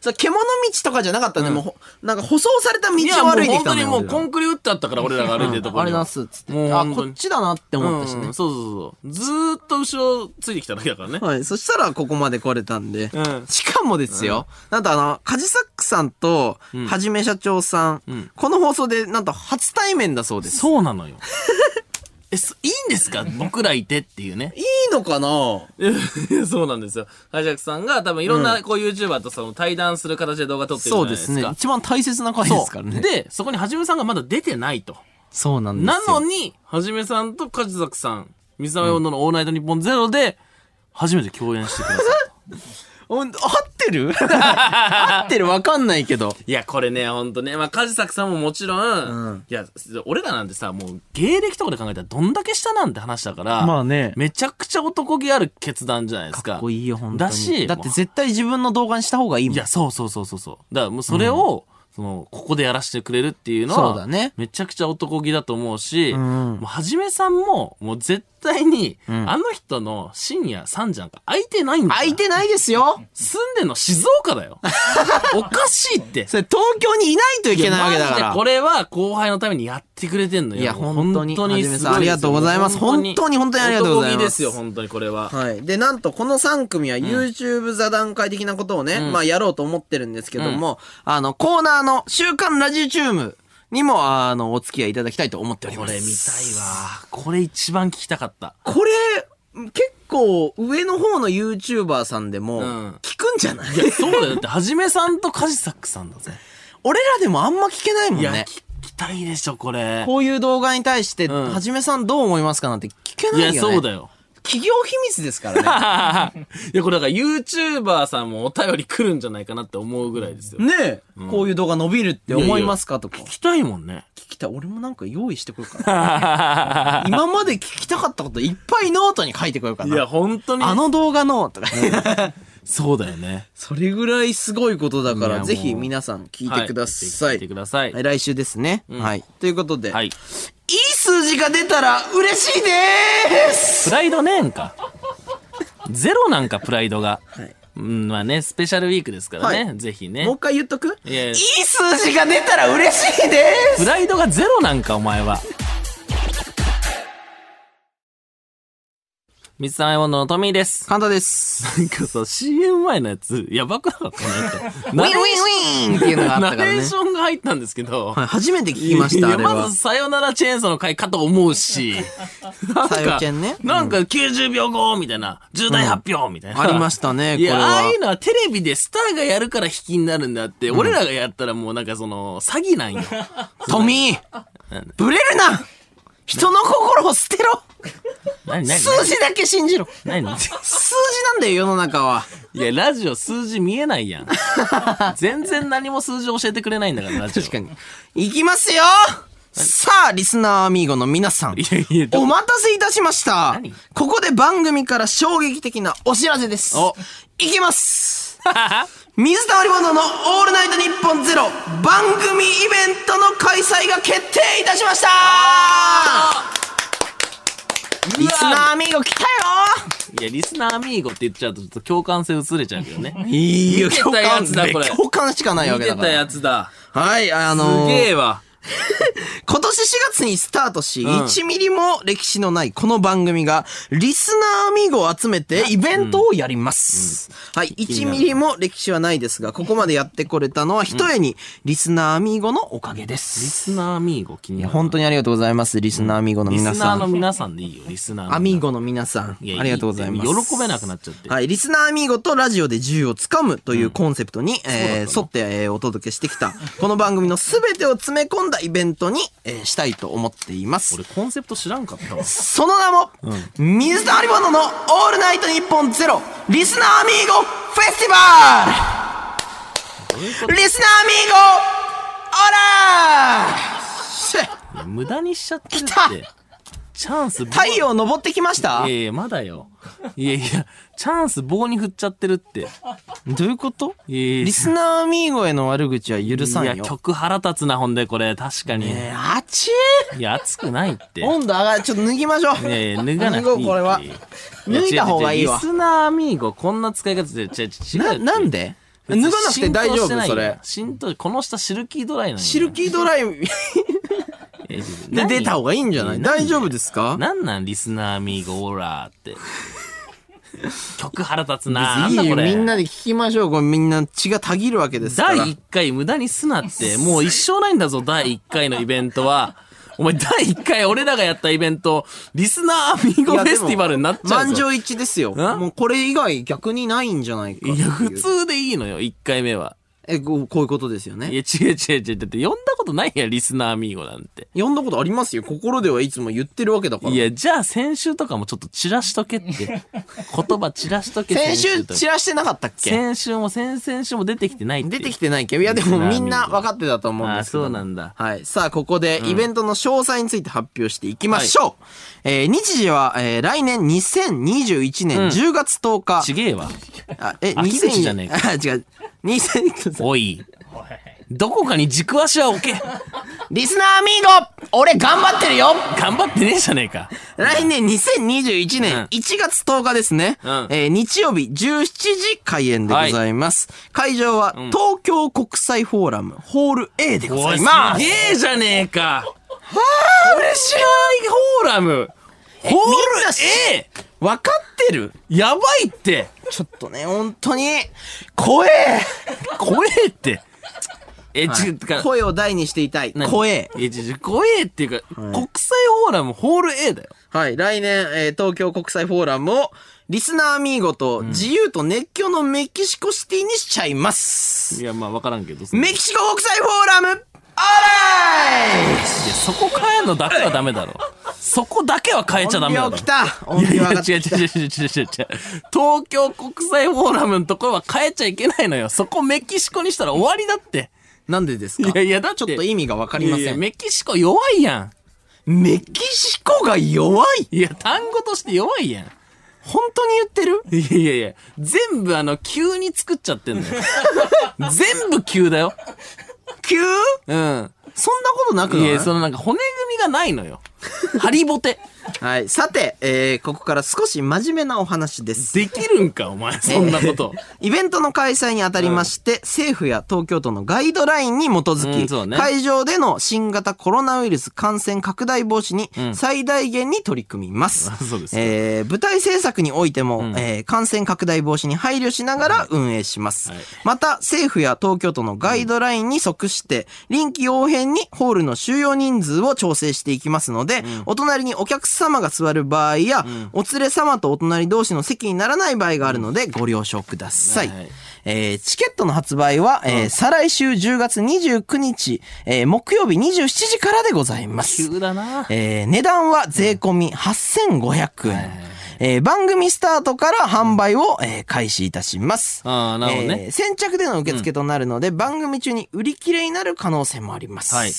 Speaker 2: そう、獣道とかじゃなかったんで、もうほ、なんか舗装さ れた道
Speaker 1: いや、
Speaker 2: を
Speaker 1: もう
Speaker 2: 歩いてき
Speaker 1: 本
Speaker 2: た
Speaker 1: 当
Speaker 2: ん
Speaker 1: に
Speaker 2: だよ。
Speaker 1: もう
Speaker 2: 俺ら
Speaker 1: コンクリ打ってあったから俺らが歩いてるところ
Speaker 2: あ
Speaker 1: に
Speaker 2: れ
Speaker 1: は。
Speaker 2: だっす、つって。
Speaker 1: もう
Speaker 2: あ、
Speaker 1: 本当
Speaker 2: こ
Speaker 1: に
Speaker 2: っちだなって思ったしね。
Speaker 1: うんそうそうそう。ずーっと後ろついてきただけだからね。
Speaker 2: はい。そしたら、ここまで来れたんで。
Speaker 1: うん
Speaker 2: しかもですよ、なんとあの、カジサックさんと、はじめ社長さん,、この放送で、なんと初対面だそうで す。
Speaker 1: そうなのよ。 え、そいいんですか僕らいてって いうね。
Speaker 2: いいのかな
Speaker 1: そうなんですよ。ハイジャックさんが多分いろんなこう YouTuber とその対談する形で動画撮ってるじゃ
Speaker 2: そう
Speaker 1: ない
Speaker 2: で
Speaker 1: ですす
Speaker 2: ね。
Speaker 1: か。
Speaker 2: 一番大切な回ですからね。
Speaker 1: で、そこにはじめさんがまだ出てないと。
Speaker 2: そうなんです
Speaker 1: なの
Speaker 2: よ。
Speaker 1: に、はじめさんと梶崎さん、水溜りボンドのオールナイトニッポンゼロで、初めて共演してくださった。
Speaker 2: お合って る合ってるわかんないけど。
Speaker 1: いや、これね、ほんとね。まあ、カジサクさんももちろん、
Speaker 2: うん
Speaker 1: いや、俺らなんてさ、もう芸歴とかで考えたらどんだけ下なんて話だから、
Speaker 2: まあね
Speaker 1: めちゃくちゃ男気ある決断じゃないですか。
Speaker 2: かっこいいよ、本当に。
Speaker 1: だし
Speaker 2: だって絶対自分の動画にした方がいいもん。
Speaker 1: いや、そうそうそうそうそう。だからもうそれを、その、ここでやらせてくれるっていうのは、
Speaker 2: そうだね
Speaker 1: めちゃくちゃ男気だと思うし、
Speaker 2: ん
Speaker 1: もうはじめさんも、もう絶対に、
Speaker 2: ん
Speaker 1: あの人の深夜3時なんか空いてないんだから
Speaker 2: 空いてないですよ
Speaker 1: 住んでんの静岡だよ。 おかしいって。
Speaker 2: それ東京にいないといけないわけ
Speaker 1: いや
Speaker 2: だか
Speaker 1: マジ
Speaker 2: ら
Speaker 1: で。これは後輩のためにやってくれてんのよ。
Speaker 2: いや
Speaker 1: もう
Speaker 2: 本当にはじめ
Speaker 1: すごいです
Speaker 2: さんありがとうございます本当に本当にありがとうございま
Speaker 1: 男
Speaker 2: す
Speaker 1: 気ですよ、本当にこれは。
Speaker 2: はい。で、なんとこの3組は YouTube 座談会的なことをね、
Speaker 1: ん
Speaker 2: まあやろうと思ってるんですけども、あの、コーナーの週刊ラジチュームにも、あの、お付き合いいただきたいと思っており
Speaker 1: こ
Speaker 2: ま
Speaker 1: れ見
Speaker 2: す。
Speaker 1: たいわ。これ一番聞きたかった。
Speaker 2: これ、結構上の方の YouTuber さんでも、
Speaker 1: うん
Speaker 2: 聞くんじゃない、
Speaker 1: そうだよ。だって、はじめさんとカジサックさんだぜ。
Speaker 2: 俺らでもあんま聞けないもん
Speaker 1: いや、
Speaker 2: ね。
Speaker 1: 聞きたいでしょ、これ。
Speaker 2: こういう動画に対して、
Speaker 1: ん
Speaker 2: はじめさんどう思いますかなんて聞けないいよ
Speaker 1: や、
Speaker 2: ね。
Speaker 1: そうだよ。
Speaker 2: 企業秘密ですから
Speaker 1: いや、これだから YouTuber さんもお便り来るんじゃないかなって思うぐらいですよ。
Speaker 2: ね。ねえ、こういう動画伸びるって思いますかとか。
Speaker 1: 聞きたいもんね。
Speaker 2: 聞きたい。俺もなんか用意してこようかな。 今まで聞きたかったこといっぱいノートに書いてこようか
Speaker 1: い
Speaker 2: な。
Speaker 1: や、本当に。
Speaker 2: あの動画の、とか。
Speaker 1: そうだよね。
Speaker 2: それぐらいすごいことだか
Speaker 1: いや
Speaker 2: ら、
Speaker 1: もう
Speaker 2: ぜひ皆さん聞いてくださ。
Speaker 1: はい聞いてください。
Speaker 2: はい来週ですね。はい。ということで、、
Speaker 1: はいい。
Speaker 2: い数字が出たら嬉しいでーす
Speaker 1: プライドねえんか。ゼロなんか、プライドが。
Speaker 2: はい
Speaker 1: うん、まあね、スペシャルウィークですからね。
Speaker 2: はい
Speaker 1: ぜひ
Speaker 2: もう
Speaker 1: ね
Speaker 2: 一。回言っとく
Speaker 1: いやいや
Speaker 2: い数字が出たら嬉しいでーす
Speaker 1: プライドがゼロなんか、お前は。三つ編み物のトミーです。
Speaker 2: 簡単です。
Speaker 1: なんかさ、CM 前のやつ、やばくなかった
Speaker 2: ウィ
Speaker 1: なん
Speaker 2: ンウ
Speaker 1: か。
Speaker 2: ィンウィンっていうのがあっ
Speaker 1: ナ
Speaker 2: たから
Speaker 1: レー
Speaker 2: ね
Speaker 1: シ。ョンが入ったんですけど、
Speaker 2: はい、初めて聞きました、
Speaker 1: い
Speaker 2: あ
Speaker 1: や
Speaker 2: れ
Speaker 1: ま
Speaker 2: は
Speaker 1: ず、。さよならチェーンソーの回かと思うし、なん
Speaker 2: さよ
Speaker 1: か
Speaker 2: ちゃんね、
Speaker 1: なんか90秒後みたいな、重大発表みたいな。
Speaker 2: ありましたね、こ
Speaker 1: い
Speaker 2: れ
Speaker 1: や、ああ
Speaker 2: は
Speaker 1: いう。のはテレビでスターがやるから引きになるんだって、俺らがやったらもうなんかその、詐欺なんよ。
Speaker 2: トミーブレるな人の心を捨てろ
Speaker 1: 何何
Speaker 2: 数字だけ信じろ
Speaker 1: 何何
Speaker 2: 数字なんだよ、世の中は。
Speaker 1: いや、ラジオ数字見えないやん。全然何も数字教えてくれないんだから、ラジオ。
Speaker 2: 確かに。いきますよさあ、リスナーアミーゴの皆さん
Speaker 1: い。やいや、
Speaker 2: お待たせいたしました
Speaker 1: 何
Speaker 2: ここで番組から衝撃的なお知らせです
Speaker 1: お
Speaker 2: いきます 水溜りボンドの「オールナイトニッポンゼロ番組イベントの開催が決定いたしましたリスナーアミーゴ来たよ
Speaker 1: いや、リスナーアミーゴって言っちゃうと、ちょっと共感性薄れちゃうけどね。
Speaker 2: いいよ
Speaker 1: 見てたやつだこれ
Speaker 2: 共感しかないわ
Speaker 1: 見
Speaker 2: け
Speaker 1: て
Speaker 2: だか
Speaker 1: たや
Speaker 2: ら
Speaker 1: つだ。
Speaker 2: はいあ
Speaker 1: す
Speaker 2: のー
Speaker 1: げえわ。
Speaker 2: 今年4月にスタートし、
Speaker 1: ん
Speaker 2: 1ミリも歴史のないこの番組が、リスナーアミーゴを集めてイベントをやります。はい、
Speaker 1: に
Speaker 2: 1
Speaker 1: なる
Speaker 2: ミリも歴史はないですが、ここまでやってこれたのは、ひとえに、リスナーアミーゴのおかげで
Speaker 1: リ
Speaker 2: す。
Speaker 1: スナーアミーゴ気に
Speaker 2: い
Speaker 1: な
Speaker 2: や、
Speaker 1: る。
Speaker 2: 本当にありがとうございます、リスナーアミーゴの
Speaker 1: リ
Speaker 2: 皆
Speaker 1: スナ
Speaker 2: さ
Speaker 1: ーの
Speaker 2: ん。
Speaker 1: 皆さんでいいよ、リスナーの。
Speaker 2: アミーゴの皆さん、あ
Speaker 1: いや
Speaker 2: りがとうございます。
Speaker 1: 喜べなくなっちゃって。
Speaker 2: はい、リスナーアミーゴとラジオで銃をつかむというコンセプトに、えー
Speaker 1: そ
Speaker 2: 沿って、えーお届けしてきた、 この番組の全てを詰め込んだイベントに、えーしたいと思っています。
Speaker 1: 俺コンセプト知らんかったわ。
Speaker 2: その名も、水溜りボンドのオールナイトニッポンゼロリスナーアミーゴフェスティバ
Speaker 1: どういうこ
Speaker 2: ルリスナーアミーゴオラーし
Speaker 1: と無駄にしちゃってる
Speaker 2: 来た
Speaker 1: って。チャンス棒
Speaker 2: 太陽昇ってきました
Speaker 1: いやいや、まだよ。いやいや、チャンス棒に振っちゃってるって。
Speaker 2: どういうこと
Speaker 1: いや
Speaker 2: リスナーアミーゴへの悪口は許さ
Speaker 1: い
Speaker 2: ん
Speaker 1: や、
Speaker 2: よ。
Speaker 1: 曲腹立つな、ほんで、これ。確かに。
Speaker 2: えー、あち
Speaker 1: いや、熱くないって。
Speaker 2: ー温度上がる。ちょっと脱ぎましょう。
Speaker 1: いやいや、脱がなくていい。
Speaker 2: 脱ごうこれは脱いだ方がいいわ
Speaker 1: や違う違うリスナーアミーゴ、こんな使い方で、違う違う違う
Speaker 2: な、なんで脱がなくて大丈夫それ。
Speaker 1: 浸透、この下シルキードライなのよ
Speaker 2: シルキードライで
Speaker 1: いやいや
Speaker 2: 出た方がいいんじゃない
Speaker 1: 何
Speaker 2: 大丈夫ですか
Speaker 1: なんなんリスナーミーゴオーラーって。曲腹立つな。
Speaker 2: いい
Speaker 1: なんだ
Speaker 2: よ。
Speaker 1: これ
Speaker 2: みんなで聞きましょう。これみんな血がたぎるわけですから。
Speaker 1: 第1回無駄にすな って、もう一生ないんだぞ、第1回のイベントは。お前、第1回俺らがやったイベント、リスナーミーゴフ
Speaker 2: いや
Speaker 1: ェ
Speaker 2: でも
Speaker 1: スティバルになっちゃう
Speaker 2: 満
Speaker 1: ぞ。
Speaker 2: 場一致ですよ。
Speaker 1: ん
Speaker 2: もうこれ以外逆にないんじゃないかって
Speaker 1: いや、普
Speaker 2: いう。
Speaker 1: 通でいいのよ、1回目は。
Speaker 2: え、こうこういうことですよね。
Speaker 1: いや、違う違う違う。だって呼んだことないやん、リスナーミーゴなんて。
Speaker 2: 呼んだことありますよ。心ではいつも言ってるわけだから。
Speaker 1: いや、じゃあ先週とかもちょっと散らしとけって。 言葉散らしとけ
Speaker 2: 先週
Speaker 1: と
Speaker 2: 散らしてなかったっけ
Speaker 1: 先週も先々週も出てきてないっていう。
Speaker 2: 出てきてないっけいやでもみんな分かってたと思うんですけど。
Speaker 1: あそうなんだ
Speaker 2: はい。さあ、ここでイベントの詳細について発表していきましょう。えー日時は、えー来年2021年10月10日。
Speaker 1: ちげえわ。
Speaker 2: あ、え、
Speaker 1: 秋口じゃねえか
Speaker 2: あ、違う。2000、
Speaker 1: おい。どこかに軸足は置け。
Speaker 2: リスナーアミーゴ俺頑張ってるよ
Speaker 1: 頑張ってねえじゃねえか。
Speaker 2: 来年2021
Speaker 1: うん
Speaker 2: 年1月10日ですね。
Speaker 1: うん
Speaker 2: えー日曜日17時開演でございます。会場は東京国際フォーラムホール A でござ
Speaker 1: おい、
Speaker 2: い
Speaker 1: す
Speaker 2: ます。
Speaker 1: げえじゃねえか。
Speaker 2: 嬉しい
Speaker 1: フォーラム。ホール
Speaker 2: みんなし
Speaker 1: A!
Speaker 2: わかってる
Speaker 1: やばいって。
Speaker 2: ちょっとね、本当に、怖え
Speaker 1: 怖えって。え、ち、てか、
Speaker 2: 声を大にしていたい。
Speaker 1: 何
Speaker 2: 怖え。
Speaker 1: え、ち、ち怖えっていうか、
Speaker 2: はい
Speaker 1: 国際フォーラムホール A だよ。
Speaker 2: はい、来年、えー東京国際フォーラムを、リスナーアミーゴと自由と熱狂のメキシコシティにしちゃいます。
Speaker 1: いや、まあわからんけど。その
Speaker 2: メキシコ国際フォーラム、オーライ
Speaker 1: いやそこ変えんのだけはダメだろ。そこだけは変えちゃダメだろ。
Speaker 2: 音量来た音
Speaker 1: い
Speaker 2: 量
Speaker 1: や
Speaker 2: 上
Speaker 1: い
Speaker 2: が
Speaker 1: や
Speaker 2: っ
Speaker 1: 違う違う
Speaker 2: てき
Speaker 1: 違
Speaker 2: た。
Speaker 1: う違う違う違う。東京国際フォーラムのところは変えちゃいけないのよ。そこメキシコにしたら終わりだって。
Speaker 2: なんでですか
Speaker 1: いやいや、だって。
Speaker 2: ちょっと意味がわかりません
Speaker 1: いやいやメキシコ弱いや
Speaker 2: メキシコが弱い
Speaker 1: ん。いや、単語として弱いやん。
Speaker 2: 本当に言ってる
Speaker 1: いやいやいや、全部あの、急に作っちゃって んのよ。全部急だよ。
Speaker 2: 急
Speaker 1: うん。
Speaker 2: そんなことなく
Speaker 1: い
Speaker 2: ない
Speaker 1: や、そのなんか骨組みがないのよ。ハリボテ。
Speaker 2: はい。さて、えー、ここから少し真面目なお話です。
Speaker 1: できるんか、お前、そんな こと。
Speaker 2: イベントの開催にあたりまして、政府や東京都のガイドラインに基づ
Speaker 1: うん
Speaker 2: き、
Speaker 1: そうね
Speaker 2: 会場での新型コロナウイルス感染拡大防止に最大限に取り組みます。
Speaker 1: あ そうですか
Speaker 2: えー舞台制作においても、えー感染拡大防止に配慮しながら運営します。
Speaker 1: はい
Speaker 2: また、政府や東京都のガイドラインに即して、臨機応変にホールの収容人数を調整していきますので、お隣にお客様が座る場合や、お連れ様とお隣同士の席にならない場合があるので、ご了承ください。
Speaker 1: はい
Speaker 2: えーチケットの発売は、えー再来週10月29日、えー木曜日27時からでございます。
Speaker 1: 急だな。
Speaker 2: えー値段は税込み8500円。えー番組スタートから販売を、えー開始いたします。
Speaker 1: ああ、なるほどね。
Speaker 2: えー先着での受付となるので、番組中に売り切れになる可能性もあります。
Speaker 1: はい。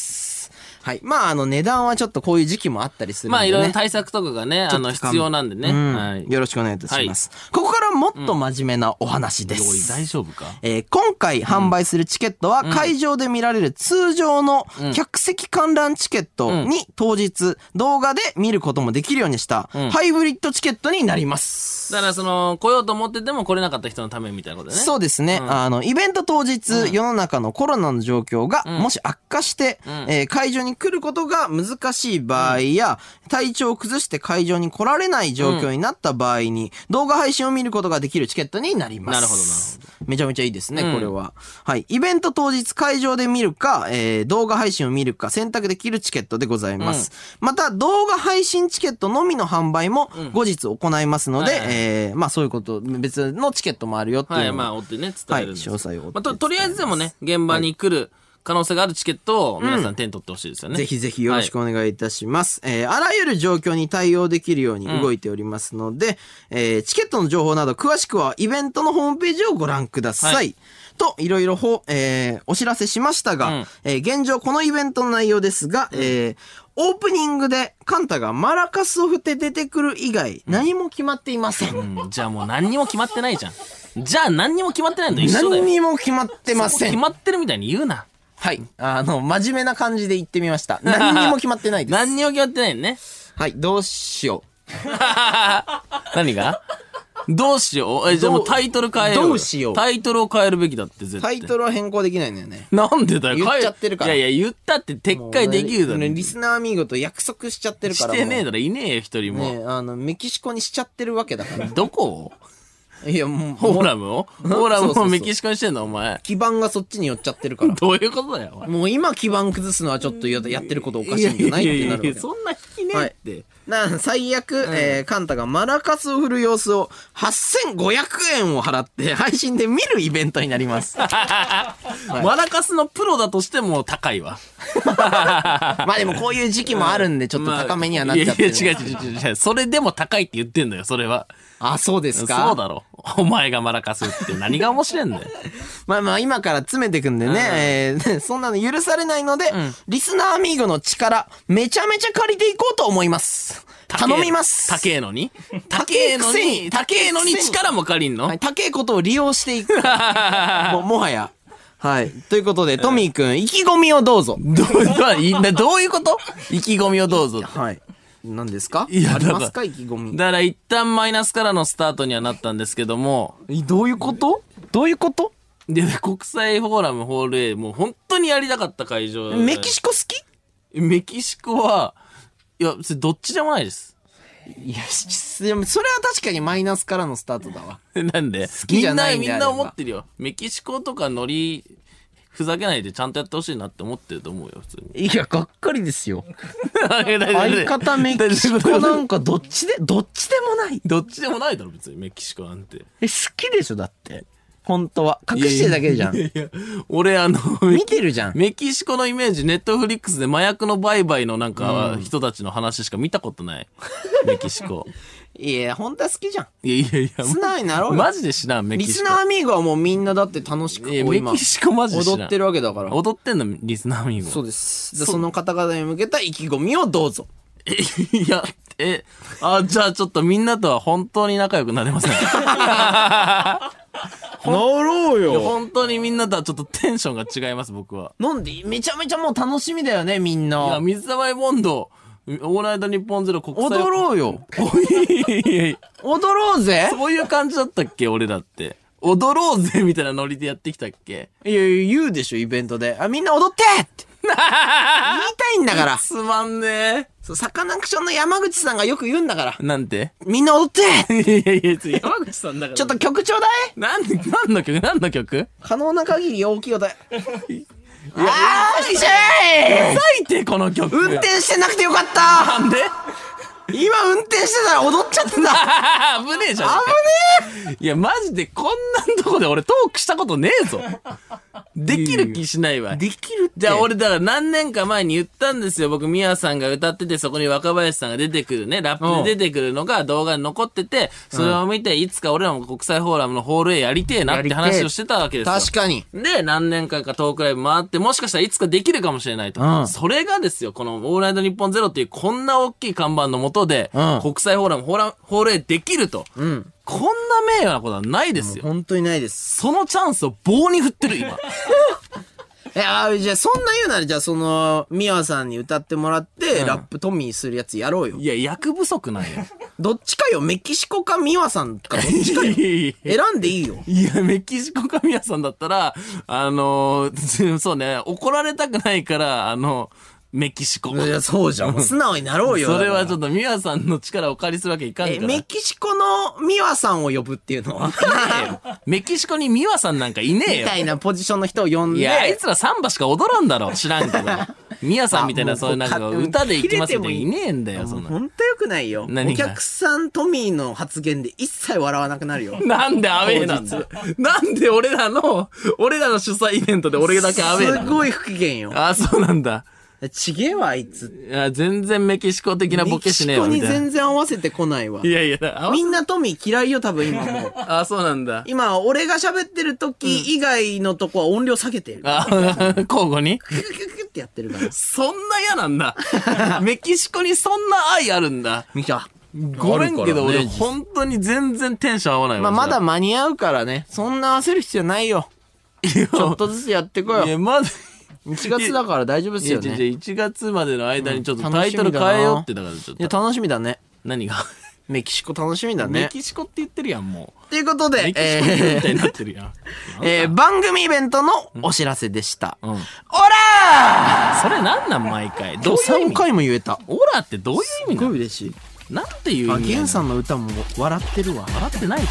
Speaker 2: はい。まあ、あの、値段はちょっとこういう時期もあったりするんで、
Speaker 1: まあ、
Speaker 2: ね。
Speaker 1: いろいろ対策とかがね、あの、
Speaker 2: ちょっと
Speaker 1: 必要なんでね。
Speaker 2: うん
Speaker 1: はい。
Speaker 2: よろしくお願いいたします。ここからもっと真面目なお話です。
Speaker 1: おい大丈夫か
Speaker 2: えー今回販売するチケットは会場で見られる通常の客席観覧チケットに当日動画で見ることもできるようにしたハイブリッドチケットになります。
Speaker 1: だから、その、来ようと思ってても来れなかった人のためみたいなことね。
Speaker 2: そうですね。あの、イベント当日、世の中のコロナの状況が、もし悪化して、えー会場に来ることが難しい場合や、体調を崩して会場に来られない状況になった場合に、動画配信を見ることができるチケットになります。
Speaker 1: なるほどなるほど
Speaker 2: めちゃめちゃいいですね、
Speaker 1: うん
Speaker 2: これは。はい。イベント当日会場で見るか、えー動画配信を見るか選択できるチケットでございます。また、動画配信チケットのみの販売も後日行いますので、
Speaker 1: はいはい
Speaker 2: えーまあそういうこと、別のチケットもあるよっていうの
Speaker 1: は
Speaker 2: を。
Speaker 1: い、まあ、追ってね、伝えるんです。
Speaker 2: はい詳細を追って
Speaker 1: まあと、とりあえずでもね、現場に来る可能性があるチケットを皆さん手に取ってほしいですよね。
Speaker 2: ぜひぜひよろしくお願いいたします。えーあらゆる状況に対応できるように動いておりますので、えーチケットの情報など詳しくはイベントのホームページをご覧ください。
Speaker 1: は
Speaker 2: と、いろいろほ、えーお知らせしましたが、
Speaker 1: うん
Speaker 2: えー現状このイベントの内容ですが、えーオープニングでカンタがマラカスを振って出てくる以外、何も決まっていません。
Speaker 1: うんじゃあもう何にも決まってないじゃん。じゃあ何にも決まってないのと一緒だ
Speaker 2: 何
Speaker 1: よ。
Speaker 2: にも決まってませ
Speaker 1: 決
Speaker 2: ん。
Speaker 1: まってるみたいに言うな。
Speaker 2: はい。あの、真面目な感じで言ってみま した。何にも決まってないで す。
Speaker 1: 何にも決まってないのね。
Speaker 2: はい、どうしよう。
Speaker 1: 何がどうしようえ、じゃあもうタイトル変えようよ。
Speaker 2: どうしよう
Speaker 1: タイトルを変えるべきだって、絶
Speaker 2: タ
Speaker 1: 対。
Speaker 2: イトルは変更できないのよね。
Speaker 1: なんでだよ、
Speaker 2: 言っちゃってるから
Speaker 1: いやいや、言ったって撤回できるだろ。
Speaker 2: もうねリスナーアミーゴと約束しちゃってるか
Speaker 1: し
Speaker 2: ら。
Speaker 1: てねえ
Speaker 2: も
Speaker 1: だろ、いねえよ、一人
Speaker 2: う
Speaker 1: も。
Speaker 2: ねあの、メキシコにしちゃってるわけだから。
Speaker 1: どこを
Speaker 2: いや、もう、
Speaker 1: フォ
Speaker 2: も
Speaker 1: ー
Speaker 2: う
Speaker 1: ラムをフォーラム
Speaker 2: そうそう
Speaker 1: を
Speaker 2: そう
Speaker 1: メキシコにしてんの、お前。
Speaker 2: 基盤がそっちに寄っちゃってるから。
Speaker 1: どういうことだよ、お前
Speaker 2: もう今基盤崩すのはちょっとややってることおかしいんじゃないってなるわけ
Speaker 1: そんな引ききねえって。
Speaker 2: な最悪、えーカンタがマラカスを振る様子を8500円を払って配信で見るイベントになります。い
Speaker 1: マラカスのプロだとしても高 いわ。
Speaker 2: まあでもこういう時期もあるんで、ちょっと高めにはなっちゃってる。
Speaker 1: まあいやいや違う違う違う違う。それでも高いって言ってんのよ、それは。
Speaker 2: あ、そうですか。
Speaker 1: そうだろ。お前がマラカスって何が面白いんだよ。
Speaker 2: まあまあ今から詰めてくんでね、えー そんなの許されないので、リスナーアミーゴの力、めちゃめちゃ借りていこうと思います。 頼みます。
Speaker 1: 高えのに高
Speaker 2: 高
Speaker 1: え
Speaker 2: え
Speaker 1: の
Speaker 2: くせ
Speaker 1: に
Speaker 2: に
Speaker 1: 高えのに
Speaker 2: 高えくせに
Speaker 1: 力も借りんの、
Speaker 2: はい、高いことを利用してい く。もうもはや。はい。ということで、トミーくん、意気込みをどうぞ。
Speaker 1: どうどういなどういうこと意気込みをどうぞ。
Speaker 2: はい。何ですか
Speaker 1: いや
Speaker 2: ありま
Speaker 1: だ
Speaker 2: す
Speaker 1: か
Speaker 2: か意気込み。
Speaker 1: だから一旦マイナスからのスタートにはなったんですけども、
Speaker 2: えどういうことどういうこと
Speaker 1: で、国際フォーラムホール A、もう本当にやりたかった会場。
Speaker 2: メキシコ好き
Speaker 1: メキシコは、いや、それどっちでもないです。
Speaker 2: いや、しでもそれは確かにマイナスからのスタートだわ。
Speaker 1: なんで
Speaker 2: きじゃないん
Speaker 1: みん
Speaker 2: で
Speaker 1: な、みん
Speaker 2: あれ
Speaker 1: な
Speaker 2: ば
Speaker 1: 思ってるよ。メキシコとかノリ、ふざけないでちゃんとやってほしいなって思ってると思うよ、普通に。
Speaker 2: いや、がっかりですよ。
Speaker 1: 相
Speaker 2: 相方メキシコなんかどっち で、どっちでもない。
Speaker 1: どっちでもないだろ、別にメキシコなんて。
Speaker 2: え、好きでしょだって。本当は。隠してるだけじゃん。
Speaker 1: いや、俺あの、
Speaker 2: 見てるじゃん。
Speaker 1: メキシコのイメージ、ネットフリックスで麻薬の売買のなんか、人たちの話しか見たことない。 メキシコ。
Speaker 2: いや、本当は好きじゃん。
Speaker 1: いやいやいや、
Speaker 2: 素直になろうよ
Speaker 1: マジで知らん、メキ
Speaker 2: リ
Speaker 1: シコ。
Speaker 2: スナーアミーゴはもうみんなだって楽しくこ
Speaker 1: いや
Speaker 2: う
Speaker 1: メ
Speaker 2: 今
Speaker 1: キシコマジで知らん。
Speaker 2: 踊ってるわけだから。
Speaker 1: 踊ってんの、リスナーミーゴ。
Speaker 2: そうです。でその方々に向けた意気込みをどうぞ。
Speaker 1: え、いや、え、あ、じゃあちょっとみんなとは本当に仲良くなれませ ん。
Speaker 2: なろう。
Speaker 1: 本当にみんなとはちょっとテンションが違います、僕は。
Speaker 2: なんで、めちゃめちゃもう楽しみだよね、みん
Speaker 1: いや、
Speaker 2: な。
Speaker 1: 水溜りボンド、オールナイト日本ゼロ国際。
Speaker 2: 踊ろうよ。
Speaker 1: いやいや
Speaker 2: 踊ろうぜ。
Speaker 1: そういう感じだったっけ、俺だって。踊ろうぜ、みたいなノリでやってきたっけ。
Speaker 2: いやいや、言うでしょ、イベントで。あ、みんな踊ってって言いたいんだから。
Speaker 1: すまんね
Speaker 2: そうサカナクションの山口さんがよく言うんだから。
Speaker 1: なんて
Speaker 2: みんな踊って
Speaker 1: いやいやいや、山口さんだから。
Speaker 2: ちょっと曲ちょうだい
Speaker 1: なんで、何の曲何の曲
Speaker 2: 可能な限り大 きい音。あーしゃい
Speaker 1: 最低この曲。
Speaker 2: 運転してなくてよかった
Speaker 1: なんで
Speaker 2: 今運転してたら踊っちゃってた危
Speaker 1: 危
Speaker 2: ね
Speaker 1: ねえじゃん。いや、マジでこんなとこで俺トークしたことねえぞ。できる気しないわ。
Speaker 2: えできるって。
Speaker 1: じゃあ俺だから何年か前に言ったんですよ。僕、ミヤさんが歌ってて、そこに若林さんが出てくるね、ラップで出てくるのが動画に残ってて、それを見て、いつか俺らも国際フォーラムのホールへやりてえなって
Speaker 2: やりて
Speaker 1: 話
Speaker 2: え
Speaker 1: をしてたわけですよ。
Speaker 2: 確かに。
Speaker 1: で、何年間かトークライブ回って、もしかしたらいつかできるかもしれないと。
Speaker 2: うん
Speaker 1: それがですよ、このオールナイト日本ゼロっていうこんな大きい看板の下で、
Speaker 2: うん
Speaker 1: 国際フォーラム、ホーラホールへできると。
Speaker 2: うん。
Speaker 1: こんな名誉なことはないですよ。
Speaker 2: 本当にないです。
Speaker 1: そのチャンスを棒に振ってる、今。
Speaker 2: え、あーじゃあそんな言うなら、じゃあその、ミワさんに歌ってもらって、
Speaker 1: うん
Speaker 2: ラップトミーするやつやろうよ
Speaker 1: い。や、役不足なん や。
Speaker 2: どっちかよ、メキシコかミワさんかどっ ちかよ。
Speaker 1: い
Speaker 2: 選んでいいよ。
Speaker 1: や、メキシコか宮さんだったら、あの ーそうね、怒られたくないから、あの、メキシコ。
Speaker 2: いや、そうじゃん。もう素直になろうよ。
Speaker 1: それはちょ
Speaker 2: っ
Speaker 1: っと宮さんの力をお借りするわけいかんか
Speaker 2: え、
Speaker 1: ら。
Speaker 2: メキシコのミワさんを呼ぶっていうの は
Speaker 1: メキシコにミワさんなんかいねえ
Speaker 2: み
Speaker 1: よ。
Speaker 2: たいなポジションの人を呼ん
Speaker 1: い
Speaker 2: で。
Speaker 1: や、あいつらサンバしか踊らんだろ。知らんけど。ミワさんみたいな、
Speaker 2: あ
Speaker 1: そういうなんか
Speaker 2: もう勝手
Speaker 1: 歌で行きますみたいない
Speaker 2: 切れても
Speaker 1: ねえんだよ、そん
Speaker 2: ほ
Speaker 1: な。
Speaker 2: んとよくないよ。
Speaker 1: 何
Speaker 2: お
Speaker 1: が
Speaker 2: 客さんトミーの発言で一切笑わなくな るよ。
Speaker 1: なんでアウェーなんだよなんで俺らの、俺らの主催イベントで俺だけアウェーな
Speaker 2: す
Speaker 1: の
Speaker 2: ごい不機嫌よ。
Speaker 1: あ、そうなんだ。
Speaker 2: ちげえわ、あいつ。
Speaker 1: いや、全然メキシコ的なボ
Speaker 2: メ
Speaker 1: ケ
Speaker 2: キ
Speaker 1: しね
Speaker 2: シ
Speaker 1: え
Speaker 2: コ
Speaker 1: わ、み
Speaker 2: に
Speaker 1: たいな。
Speaker 2: 全然合わせてこないわ
Speaker 1: い。やいや、あ
Speaker 2: みんなトミー嫌いよ、多分今も う。
Speaker 1: あ、そうなんだ。
Speaker 2: 今、俺が喋ってる時以外のとこは音量下げてる。
Speaker 1: あ、 交互に
Speaker 2: クククククってやってるから。
Speaker 1: そんな嫌なんだ。 メキシコにそんな愛あるんだ。
Speaker 2: ミカ。
Speaker 1: ごめんけど、
Speaker 2: あるからね
Speaker 1: 俺本当に全然テンション合わないわ
Speaker 2: まあ、まだ
Speaker 1: そ
Speaker 2: 間に合うからね。そんな焦る必要ないよ。
Speaker 1: れいや
Speaker 2: ちょっとずつやってこ
Speaker 1: い
Speaker 2: よ
Speaker 1: うや、。まだ、
Speaker 2: 1月だから大丈夫ですよ
Speaker 1: いや
Speaker 2: ね。
Speaker 1: 違う違う1月までの間にちょっと
Speaker 2: うん
Speaker 1: タイトル
Speaker 2: 楽しみだな
Speaker 1: 変えようってだからちょっ
Speaker 2: いや、
Speaker 1: と
Speaker 2: 楽しみだね。
Speaker 1: 何が、
Speaker 2: メキシコ楽しみだ
Speaker 1: メ
Speaker 2: ね。
Speaker 1: キシコって言ってるやんも
Speaker 2: ということ
Speaker 1: うメ
Speaker 2: で、
Speaker 1: キシコって言うみ
Speaker 2: え
Speaker 1: たいになってるやん、
Speaker 2: ー、えー番組イベントのお知らせでした。
Speaker 1: うん、
Speaker 2: オラ
Speaker 1: それなんなん毎回ど
Speaker 2: ー
Speaker 1: ういう意
Speaker 2: 3
Speaker 1: 味
Speaker 2: 回も言えた。
Speaker 1: オラってどういう意味なの
Speaker 2: 嬉しい。
Speaker 1: なんていう意味な
Speaker 2: あ、
Speaker 1: の
Speaker 2: ゲンさんの歌も笑ってるわ。
Speaker 1: 笑ってないって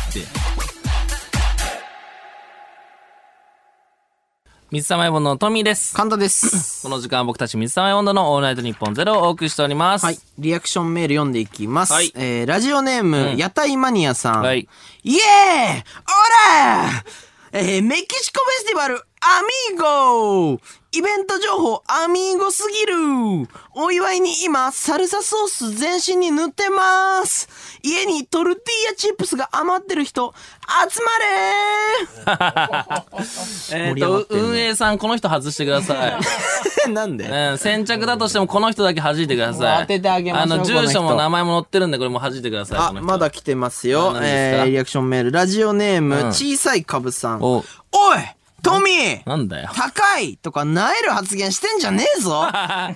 Speaker 1: 水溜りボンドのトミーです。
Speaker 2: 簡単です。
Speaker 1: この時間は僕たち水溜りボンドのオールナイトニッポンゼロをお送りしております。
Speaker 2: はい。。リアクションメール読んでいきます。
Speaker 1: はい
Speaker 2: えー、ラジオネーム、屋台マニアさん。
Speaker 1: はい。
Speaker 2: イエーオラえー、メキシコフェスティバル、アミーゴイベント情報、アミーゴすぎるお祝いに今、サルサソース全身に塗ってます家にトルティーヤチップスが余ってる人、集ま
Speaker 1: えっ、
Speaker 2: れ盛り上が
Speaker 1: と
Speaker 2: っ、てんね
Speaker 1: 運営さん、この人外してくださ い。
Speaker 2: ーなんで
Speaker 1: うん、先着だとしてもこの人だけ弾いてください。
Speaker 2: 当ててあげましょう
Speaker 1: あの、
Speaker 2: この
Speaker 1: 住
Speaker 2: 人
Speaker 1: 所も名前も載ってるんで、これも弾いてください。
Speaker 2: あ、
Speaker 1: この人
Speaker 2: まだ来てますよ。
Speaker 1: 何です
Speaker 2: え
Speaker 1: か
Speaker 2: ー、リアクションメール。ラジオネーム、
Speaker 1: うん
Speaker 2: 小さい株さん。
Speaker 1: お
Speaker 2: お
Speaker 1: う
Speaker 2: いトミー
Speaker 1: なんだよ。
Speaker 2: 高いとかなえる発言してんじゃね えぞ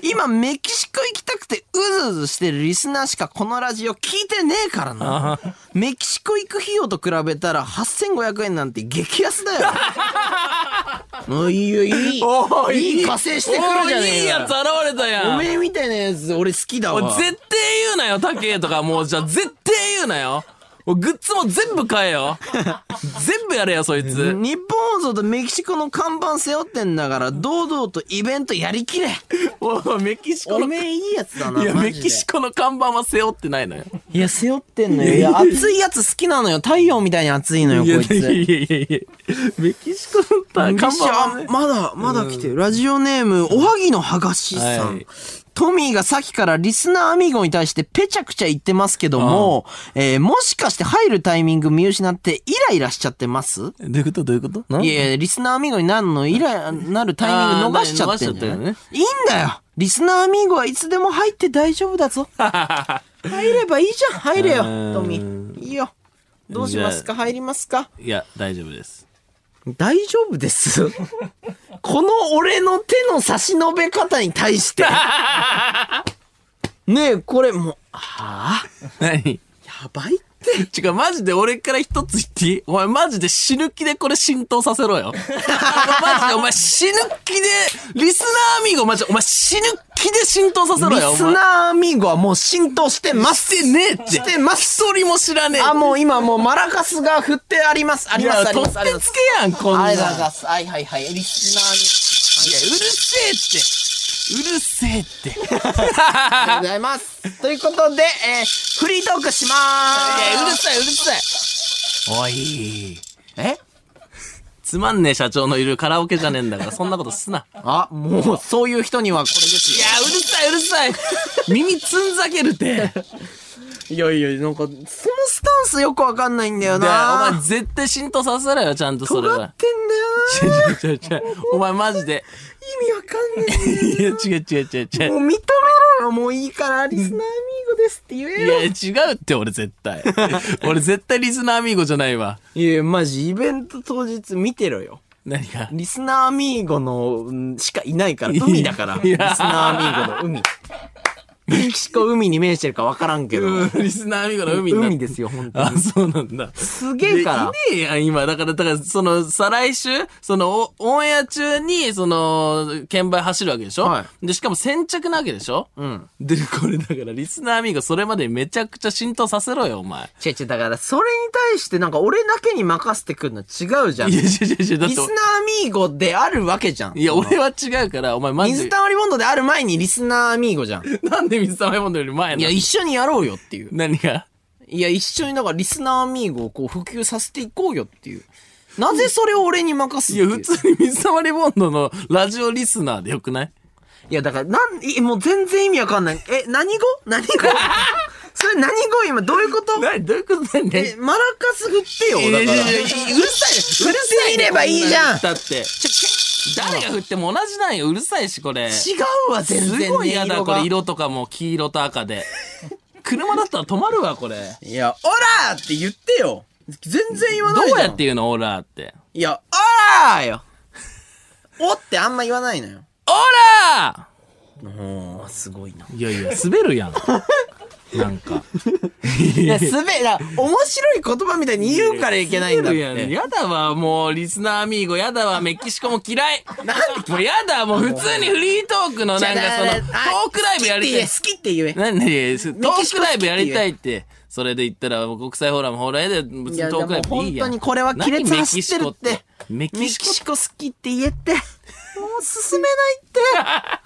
Speaker 2: 今メキシコ行きたくてうずうずしてるリスナーしかこのラジオ聞いてねえからな。メキシコ行く費用と比べたら8500円なんて激安 だよ。もういいよ、いい。
Speaker 1: おー
Speaker 2: いい加勢してくるじ
Speaker 1: お
Speaker 2: ゃね
Speaker 1: ーいい
Speaker 2: え
Speaker 1: やつ
Speaker 2: か。
Speaker 1: 現れたやん。
Speaker 2: おめえみたいなやつ俺好きだ
Speaker 1: お
Speaker 2: わ
Speaker 1: い。絶対言うなよ、高えとか、もう、じゃあ絶対言うなよ。おいグッズも全部買え よ。全部やれよ、そいつ。
Speaker 2: 日本放送とメキシコの看板背負ってんだから堂々とイベントや りきれ
Speaker 1: おいメキシコ
Speaker 2: お
Speaker 1: の、
Speaker 2: めえいいやつだない
Speaker 1: や、
Speaker 2: マジ
Speaker 1: メ
Speaker 2: で
Speaker 1: キシコの看板は背負ってないのよ。
Speaker 2: いや背負ってんのよいや熱いやつ好きなのよ太陽みたいに熱いのよ
Speaker 1: いや
Speaker 2: こい
Speaker 1: いや
Speaker 2: つ
Speaker 1: いやいやいやメキシコの看
Speaker 2: メ
Speaker 1: 板
Speaker 2: キシコ
Speaker 1: は
Speaker 2: あ
Speaker 1: ね
Speaker 2: まだまだ来てるラジオネームおはぎのはがしさん、
Speaker 1: はい
Speaker 2: トミーがさっきからリスナーアミーゴに対してペチャクチャ言ってますけども、えーもしかして入るタイミング見失ってイライラしちゃってます
Speaker 1: どういうことどういうことなん
Speaker 2: いやいや、リスナーアミーゴになるの、イラ、なるタイミング逃しちゃってんじゃ
Speaker 1: あー逃
Speaker 2: ん
Speaker 1: しちゃっ
Speaker 2: いいんだよリスナーアミーゴはいつでも入って大丈夫だ ぞ。入ればいいじゃん入れよ、
Speaker 1: うーん
Speaker 2: トミー。いいよ。どうしますか入りますか
Speaker 1: いや、大丈夫です。
Speaker 2: 大丈夫 です。この俺の手の差し伸べ方に対 して。ねえ、これもう、ああ、
Speaker 1: 何
Speaker 2: やばいって。
Speaker 1: 違う、マジで俺から一つ言っていいお前マジで死ぬ気でこれ浸透させろよ。マジでお前死ぬ気で、リスナーアミーゴマジでお前死ぬ気で浸透させろ
Speaker 2: リ
Speaker 1: よ。
Speaker 2: スナーアミーゴはもう浸透してます。
Speaker 1: してねえって
Speaker 2: してます。
Speaker 1: お前一人も知らねえ。
Speaker 2: あ、もう今もうマラカスが振ってあります。あり
Speaker 1: いや
Speaker 2: ます、あり
Speaker 1: とっ
Speaker 2: ま
Speaker 1: て
Speaker 2: す、ありま
Speaker 1: つ
Speaker 2: す。
Speaker 1: けやん、こんな
Speaker 2: あ
Speaker 1: ん。
Speaker 2: り
Speaker 1: いや、
Speaker 2: が
Speaker 1: う
Speaker 2: とうございます。はいはいはい。リス
Speaker 1: るせえって。うるせえって。 いや、う
Speaker 2: ナーにありがとうございます。ということで、えー、フリートークしまーす。
Speaker 1: るさい、うるさい。おい。
Speaker 2: え
Speaker 1: つまんねえ社長のいるカラオケじゃねえんだから、そんなことすな。
Speaker 2: あ、もう、そういう人にはこれです
Speaker 1: いや、うるさい、うるさい。耳つんざけるて。
Speaker 2: よ。いやいや、なんか、そのスタンスよくわかんないんだよ
Speaker 1: で、お
Speaker 2: な。
Speaker 1: 前絶対浸透させろよ、ちゃんとそれ
Speaker 2: 尖っ
Speaker 1: は。
Speaker 2: てんだよ
Speaker 1: 違う違う違う違う。お前マジで。
Speaker 2: な。意味わかんね
Speaker 1: いや、違う違う違う違
Speaker 2: え。も
Speaker 1: う。
Speaker 2: う認めろよ。もういいから、リスナーアミーゴですって言
Speaker 1: い
Speaker 2: えよ
Speaker 1: や、。違うって、俺絶対。俺絶対リスナーアミーゴじゃないわ。
Speaker 2: いやいや、マジ、イベント当日見てろよ。
Speaker 1: 何が。
Speaker 2: リスナーアミーゴの、うんしかいないから、海だから。リスナーアミーゴの海。メキシコ海に面してるかわからんけど。
Speaker 1: うんリスナーアミーゴの海になっ
Speaker 2: 海
Speaker 1: て
Speaker 2: ですよ、本当に。
Speaker 1: あ、そうなんだ。
Speaker 2: すげえから。
Speaker 1: できねえやん、今。だから、だから、その、再来週、その、おオンエア中に、その、券売走るわけでしょ
Speaker 2: は
Speaker 1: で、しかも先着なわけでしょ
Speaker 2: うん。
Speaker 1: で、これだから、リスナーアミーゴそれまでめちゃくちゃ浸透させろよ、お前。
Speaker 2: 違う違う、だから、それに対してなんか俺だけに任せてくるの違うじゃん。
Speaker 1: いや、
Speaker 2: リ
Speaker 1: 違う違う違う、だっ
Speaker 2: スナー
Speaker 1: て
Speaker 2: ア、ミーゴであるわけじゃん。
Speaker 1: いや、俺は違うから、お前マジ
Speaker 2: 水
Speaker 1: で、
Speaker 2: 溜りボンドである前にリスナーアミーゴじゃん。い
Speaker 1: なんで水溜りボンドより前なの
Speaker 2: や、一緒にやろうよっていう。
Speaker 1: 何が
Speaker 2: いや、一緒にだからリスナーアミーゴをこう普及させていこうよっていう。なぜそれを俺に任すっ
Speaker 1: い
Speaker 2: てい
Speaker 1: や、
Speaker 2: う
Speaker 1: 普通に水溜りボンドのラジオリスナーでよくない
Speaker 2: いや、だから、なん、いもう全然意味わかんない。え、何語 何語それ何語今、どういうこと
Speaker 1: などういうことだよ
Speaker 2: え、マラカス振ってよ、だから。
Speaker 1: いやいやいやうるさいよ
Speaker 2: うるさいればいいじゃん
Speaker 1: だって。誰が振っても同じなんよ。うるさいし、これ。
Speaker 2: 違うわ、全然、ね。
Speaker 1: すごい嫌だ、
Speaker 2: 色
Speaker 1: こ
Speaker 2: が
Speaker 1: れ。色とかも黄色と赤 で。車だったら止まるわ、これ。
Speaker 2: いや、オラーって言ってよ。全然言わ
Speaker 1: ど
Speaker 2: ないじゃん。
Speaker 1: うやって言うのオーラーって。
Speaker 2: いや、オラーよ。おってあんま言わないのよ。
Speaker 1: オラ
Speaker 2: おー、すごいな。
Speaker 1: ーいやいや、滑る やん。なんか。
Speaker 2: いや、すべ、な、面白い言葉みたいに言うからいけないんだっ
Speaker 1: 滑
Speaker 2: て。
Speaker 1: るやん。やだわ、もう、リスナーアミーゴ。やだわ、メキシコも嫌い。
Speaker 2: なんで
Speaker 1: もうやだ、もう普通にフリートークのなんかその、トークライブやりたい
Speaker 2: 好。きって言え。好きって言え。
Speaker 1: 何何トークライブやりたいって。それで言ったら、国際フォーラム、ホーラーで、別
Speaker 2: い
Speaker 1: に
Speaker 2: や
Speaker 1: トークライブでいいやん。
Speaker 2: でも本当にこれは亀裂
Speaker 1: 何
Speaker 2: 走ってるって
Speaker 1: メキシコメキ
Speaker 2: メ
Speaker 1: シ
Speaker 2: キ
Speaker 1: コ
Speaker 2: シコ好きって言えって。もう進めないって。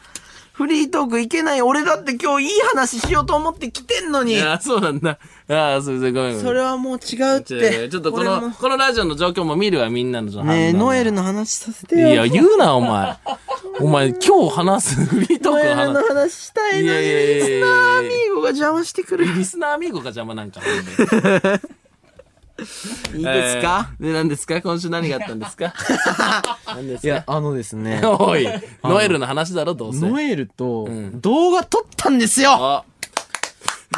Speaker 2: フリートークいけない。俺だって今日いい話しようと思って来てんのに。
Speaker 1: ああ、そうなんだ。ああ、それそれごめんごめん。
Speaker 2: それはもう違うっ
Speaker 1: 違う違
Speaker 2: て。
Speaker 1: うちょっとこ
Speaker 2: 俺
Speaker 1: の、
Speaker 2: も
Speaker 1: このラジオの状況も見るわ、みんなの状況。
Speaker 2: ねえ、ノエル
Speaker 1: の。
Speaker 2: の話させて
Speaker 1: い
Speaker 2: よ。
Speaker 1: や、言うな、お前。お前、今日話 すフリートー
Speaker 2: ノ
Speaker 1: ク
Speaker 2: エ
Speaker 1: の
Speaker 2: ルの
Speaker 1: 話。
Speaker 2: 話したい
Speaker 1: い
Speaker 2: の
Speaker 1: や
Speaker 2: に、
Speaker 1: いやい
Speaker 2: リ
Speaker 1: やいや
Speaker 2: ス
Speaker 1: い
Speaker 2: ナ
Speaker 1: や
Speaker 2: ーアミーゴが邪魔してくる。い
Speaker 1: リスナーアミーゴが邪魔なんか。い
Speaker 2: い
Speaker 1: い
Speaker 2: ですか、
Speaker 1: で、何ですか今週何があったんです か何です
Speaker 2: い
Speaker 1: か
Speaker 2: や、あのですね
Speaker 1: おい、ノエルの話だろ、どうせ。
Speaker 2: ノエルと
Speaker 1: ん
Speaker 2: 動画撮ったんですよ、
Speaker 1: あ、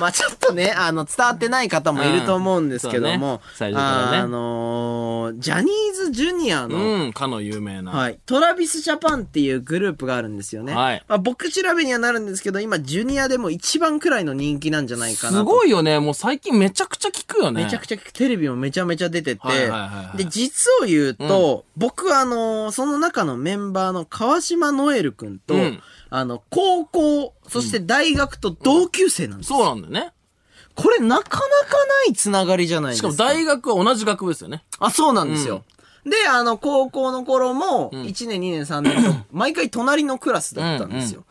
Speaker 2: まあちょっとね、あの、伝わってない方もいると思うんですけども、
Speaker 1: うんそうね最初からね
Speaker 2: あのージャニーズジュニアの、
Speaker 1: うん、かの有名な。
Speaker 2: はい。トラビスジャパンっていうグループがあるんですよね。
Speaker 1: はい
Speaker 2: まあ、僕調べにはなるんですけど、今、ジュニアでも一番くらいの人気なんじゃないかなと。
Speaker 1: すごいよね。もう最近めちゃくちゃ聞くよね。
Speaker 2: めちゃくちゃテレビもめちゃめちゃ出てて、
Speaker 1: はいはいはいはい
Speaker 2: で、実を言うと、僕はあのーその中のメンバーの川島ノエル君と、
Speaker 1: うん
Speaker 2: あの、高校、そして大学と同級生なんです。
Speaker 1: そうなんだよね。
Speaker 2: これなかなかないつながりじゃない
Speaker 1: し
Speaker 2: です
Speaker 1: か
Speaker 2: か。
Speaker 1: も大学は同じ学部ですよね。
Speaker 2: あ、そうなんですよ。で、あの、高校の頃も、1年、2年、3年 と、毎回隣のクラスだったんですよ。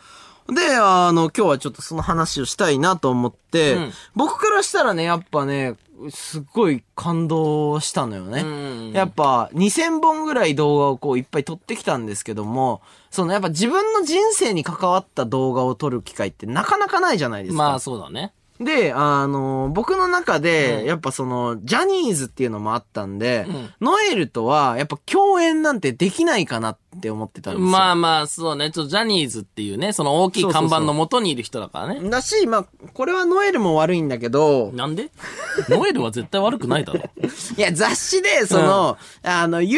Speaker 2: で、あの、今日はちょっとその話をしたいなと思って、
Speaker 1: うん
Speaker 2: 僕からしたらね、やっぱね、すっごい感動したのよね。
Speaker 1: うん
Speaker 2: やっぱ、2000本ぐらい動画をこういっぱい撮ってきたんですけども、そのやっぱ自分の人生に関わった動画を撮る機会ってなかなかないじゃないですか。
Speaker 1: まあそうだね。
Speaker 2: で、あの、僕の中で、
Speaker 1: うん
Speaker 2: やっぱその、ジャニーズっていうのもあったんで、
Speaker 1: うん
Speaker 2: ノエルとは、やっぱ共演なんてできないかなって思ってたんですよ。
Speaker 1: まあまあ、そうね。ちょっとジャニーズっていうね、その大きい看板の元にいる人だからね。
Speaker 2: だし、まあ、これはノエルも悪いんだけど、
Speaker 1: なんでノエルは絶対悪くないだろ。
Speaker 2: いや、雑誌で、その、あの、YouTuber、